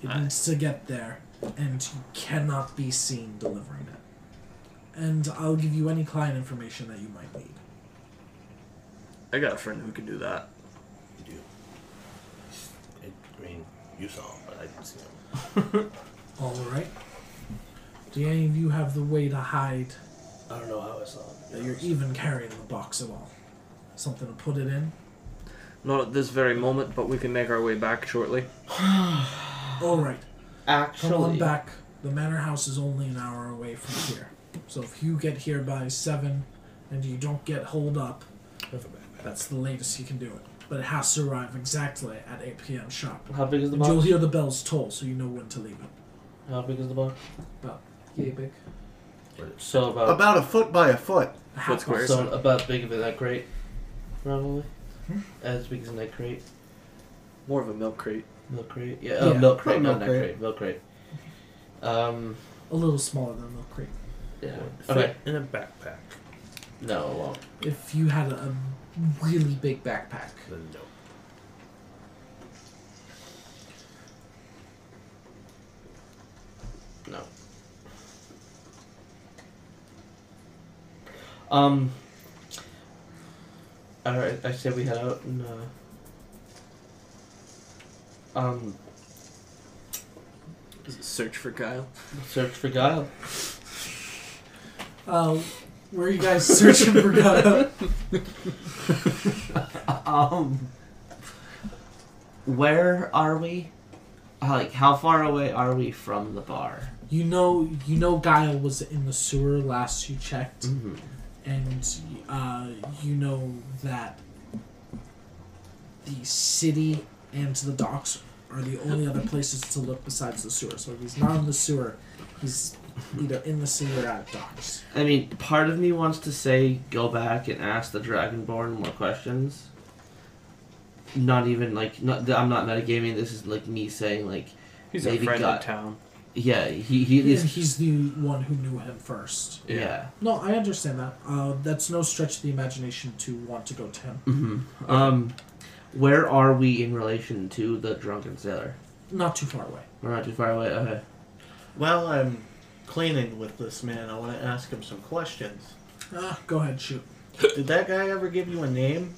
It needs to get there, and you cannot be seen delivering it. And I'll give you any client information that you might need. I got a friend who can do that. You do. It, I mean, you saw, him, but I didn't see him. All right. Do any of you have the way to hide I don't know how I saw him. that you're even carrying the box at all? Something to put it in? Not at this very moment, but we can make our way back shortly. All right. Come on Actually, back. The manor house is only an hour away from here. So if you get here by seven, and you don't get holed up, That's the latest he can do it. But it has to arrive exactly at 8 p.m. sharp. how big is the And you'll box? hear the bells toll, so you know when to leave it. How big is the box? About yay big. So about About a foot by a foot. A Foot half squares. so about big of that crate, probably. Hmm? As big as that crate, More of a milk crate. milk crate. Yeah, oh, Yeah, milk crate, milk not crate. that crate, milk crate. Um, A little smaller than Milk Creek. yeah. Okay. Okay. In a backpack. No, well, If you had a, a really big backpack. Then no. no. Um. All right. I said we head out and. Uh, um. Is it search for Kyle? Search for Guile. Uh, where are you guys searching for Gutta? Um, where are we? Uh, Like, how far away are we from the bar? You know, you know, Guile was in the sewer last you checked, Mm-hmm. and uh, you know that the city and the docks are the only other places to look besides the sewer. So if he's not in the sewer, he's either in the city or at docks. I mean, part of me wants to say go back and ask the Dragonborn more questions. Not even like not. I'm not metagaming. This is like me saying like, He's Maybe a friend got- in town. yeah, he he And is he's the one who knew him first. yeah. No, I understand that. Uh, that's no stretch of the imagination to want to go to him. Um, where are we in relation to the drunken sailor? Not too far away. We're not too far away. Okay. While I'm cleaning with this man, I want to ask him some questions. Ah, go ahead, shoot. Did that guy ever give you a name?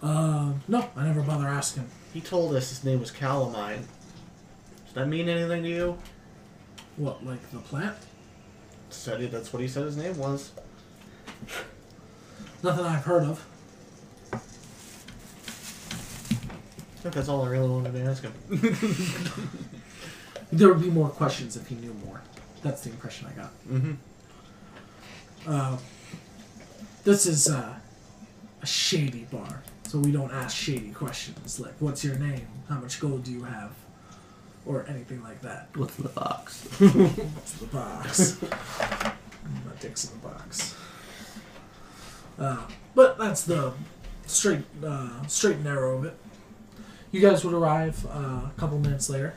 Uh, no, I never bother asking. He told us his name was Calamine. Does that mean anything to you? What, like the plant? Said it, that's what he said his name was. Nothing I've heard of. I think that's all I really wanted to ask him. There would be more questions if he knew more. That's the impression I got. Mm-hmm. Uh, this is uh, a shady bar, so we don't ask shady questions like what's your name, how much gold do you have, or anything like that. What's in the box? It's the box. My dick's in the box. Uh, but that's the straight, uh, straight and narrow of it. You guys would arrive uh, a couple minutes later.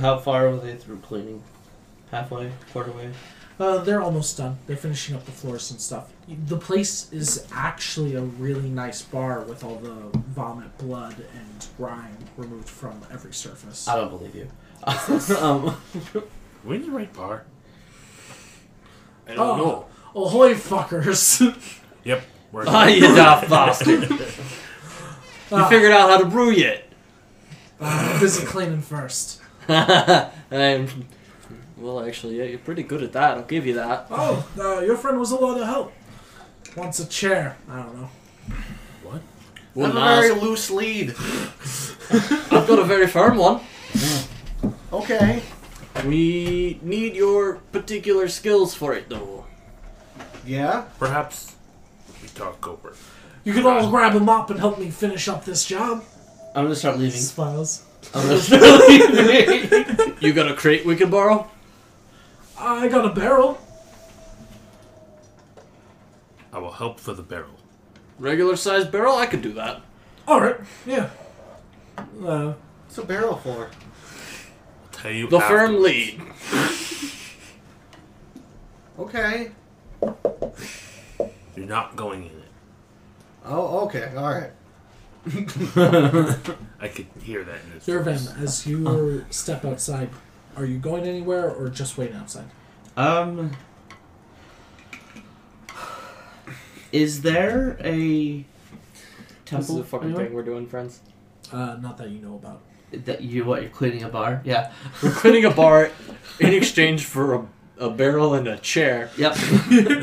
How far were they through cleaning? Halfway, quarter way. Uh, they're almost done. They're finishing up the floors and stuff. The place is actually a really nice bar with all the vomit, blood, and grime removed from every surface. I don't believe you. um, We're in the right bar. I Oh. don't know. Ahoy, fuckers! Yep. We're ah, you daft bastard. you figured out how to brew yet. Ah, uh, busy cleaning first. and, well, actually, yeah, you're pretty good at that. I'll give you that. Oh, uh, your friend was a lot of help. Wants a chair. I don't know. Well, I'm nah, a very loose lead. I've got a very firm one. Okay. We need your particular skills for it, though. Yeah. Perhaps we talk over. You can all grab a mop and help me finish up this job. I'm gonna start leaving. Smiles. I'm gonna start leaving. you got a crate we can borrow? I got a barrel. I will help for the barrel. Regular sized barrel? I could do that. All right. Yeah. Uh, What's a barrel for? I'll tell you The firm afterwards. lead. Okay. You're not going in it. Oh, okay. All right. I could hear that in his voice. Durvan, as you step outside, are you going anywhere or just waiting outside? Um, is there This is a temple a fucking anywhere? thing we're doing, friends. Uh, not that you know about. that you what you're cleaning a bar? Yeah. We're cleaning a bar in exchange for a, a barrel and a chair. Yep.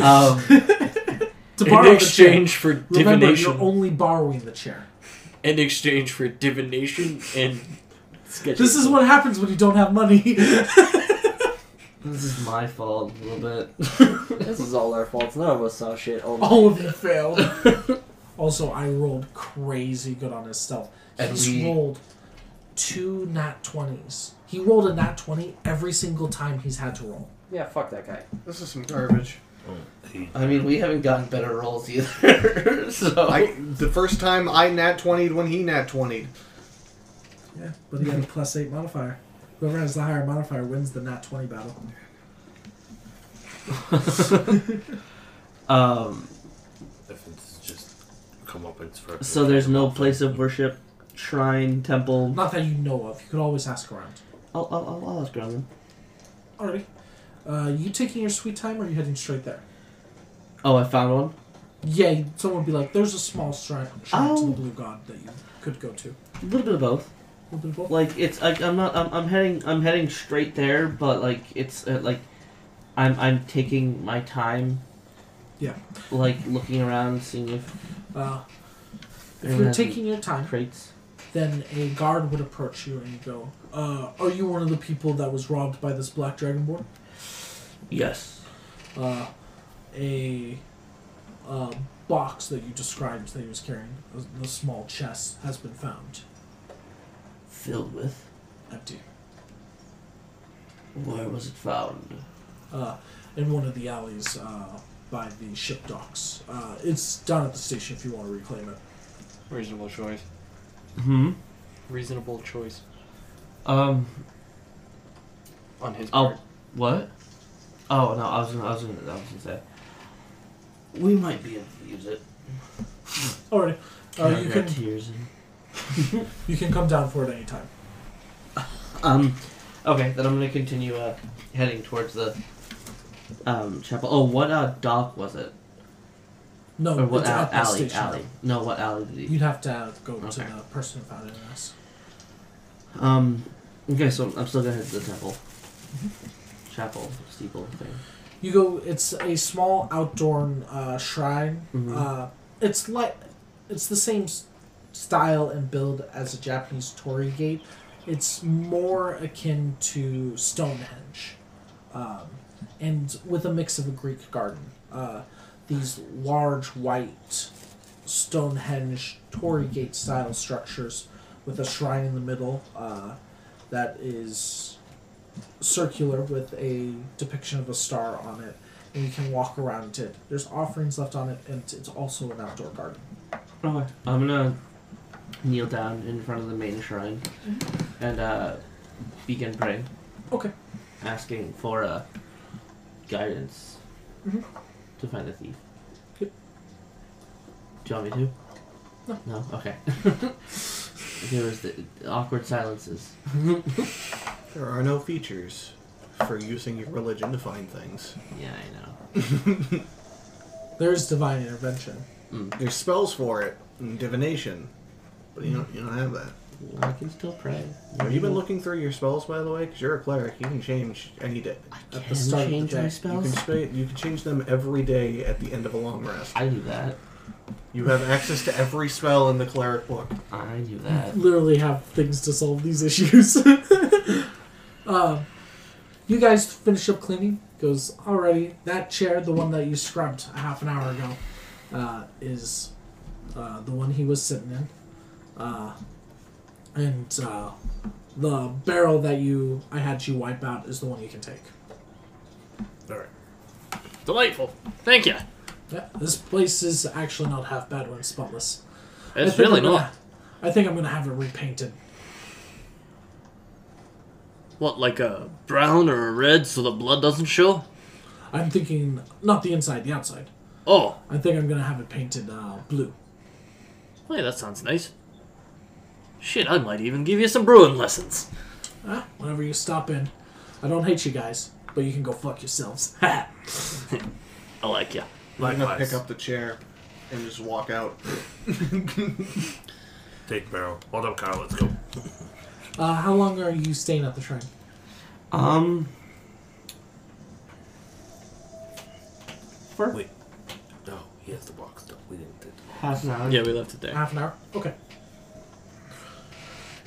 um, To In borrow exchange for the chair. Remember, divination. you're only borrowing the chair. in exchange for divination and sketches. This is what happens when you don't have money. this is my fault a little bit. This is all our fault. None of us saw shit. Oh, All of you failed. also, I rolled crazy good on his stealth. And He's we- rolled two nat 20s. He rolled a nat 20 every single time he's had to roll. yeah, fuck that guy. This is some garbage. He- I mean, we haven't gotten better rolls either. so I the first time I nat twenty when he nat twenty. Yeah, but he had a plus 8 modifier. Whoever has the higher modifier wins the nat 20 battle. um, if it's just come up, it's for. so there's no place of worship, shrine, temple. Not that you know of. You could always ask around. I'll I'll, I'll, I'll ask around. then. Alrighty. Uh, you taking your sweet time or are you heading straight there? Oh, I found one. Yeah, someone would be like, there's a small shrine, shrine to Oh. the blue god that you could go to. A little bit of both. A little bit of both. Like it's I, I'm not I'm, I'm heading I'm heading straight there, but like it's uh, like I'm I'm taking my time. Yeah. Like looking around, seeing if Uh, if Anyone you're has any taking your time, crates. then a guard would approach you and go, uh, Are you one of the people that was robbed by this black dragonborn? Yes. Uh, a uh, box that you described that he was carrying, the small chest, has been found Filled with. empty Where was it found? uh, in one of the alleys uh, by the ship docks. Uh, it's down at the station if you want to reclaim it. Reasonable choice. Hmm. Reasonable choice Um. on his I'll- part. What? Oh no, I was gonna, I was gonna, I was gonna say. We might be able to use it. Alrighty. Uh, you can tears. In. you can come down for it anytime. Um. Okay, then I'm gonna continue uh, heading towards the um chapel. Oh, what uh dock was it? No, Or what Oh, it's al- at the alley? station. Alley. No, what alley did he? You'd have to uh, go to Okay. the person who found it and ask. Um. Okay, so I'm still gonna head to the temple. Mm-hmm. Chapel, steeple thing. You go. It's a small outdoor uh, shrine. Mhm. Uh, it's like it's the same s- style and build as a Japanese torii gate. It's more akin to Stonehenge, um, and with a mix of a Greek garden. Uh, these large white Stonehenge torii gate style structures with a shrine in the middle uh, that is circular with a depiction of a star on it, and you can walk around it. There's offerings left on it, and it's also an outdoor garden. Okay. I'm gonna kneel down in front of the main shrine Mm-hmm. and uh, begin praying. Okay. Asking for a uh, guidance Mhm. to find the thief. Yep. Do you want me to? No. No. Okay. there was the awkward silences. There are no features for using your religion to find things. Yeah, I There's divine intervention. There's spells for it and divination, but you don't you don't have that. know. I can still pray. Have you been looking through your spells by the way? Because you're a cleric, you can change any day. I the can start of the change day, you my You spells. can spa you can change them every day at the end of a long rest. I do that. You have access to every spell in the cleric book. I do that. literally have things to solve these issues. uh, you guys finish up cleaning. Goes already. That chair, the one that you scrubbed a half an hour ago, uh, is uh, the one he was sitting in, uh, and uh, the barrel that you I had you wipe out is the one you can take. Delightful. Thank you. Yeah, this place is actually not half bad when it's spotless. I It's think really I'm gonna- not. I think I'm gonna have it repainted. What, like a brown or a red so the blood doesn't show? I'm thinking not the inside, the outside. Oh, I think I'm gonna have it painted uh, blue. hey, that sounds nice. Shit, I might even give you some brewing lessons. Ah, whenever you stop in, I don't hate you guys, but you can go fuck yourselves. Ha! I like ya. I'm gonna Likewise. pick up the chair and just walk out. Take barrel. Hold up, Kyle. Let's go. uh, how long are you staying at the shrine? Mm-hmm. Um, Wait. No, he has the box. No, we didn't. Did. Half an hour. yeah, we left it there. Half an hour. Okay.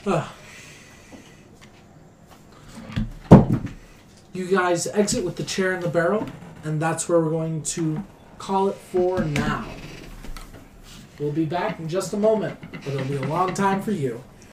Uh, you guys exit with the chair and the barrel, and that's where we're going to call it for now. We'll be back in just a moment, but it'll be a long time for you.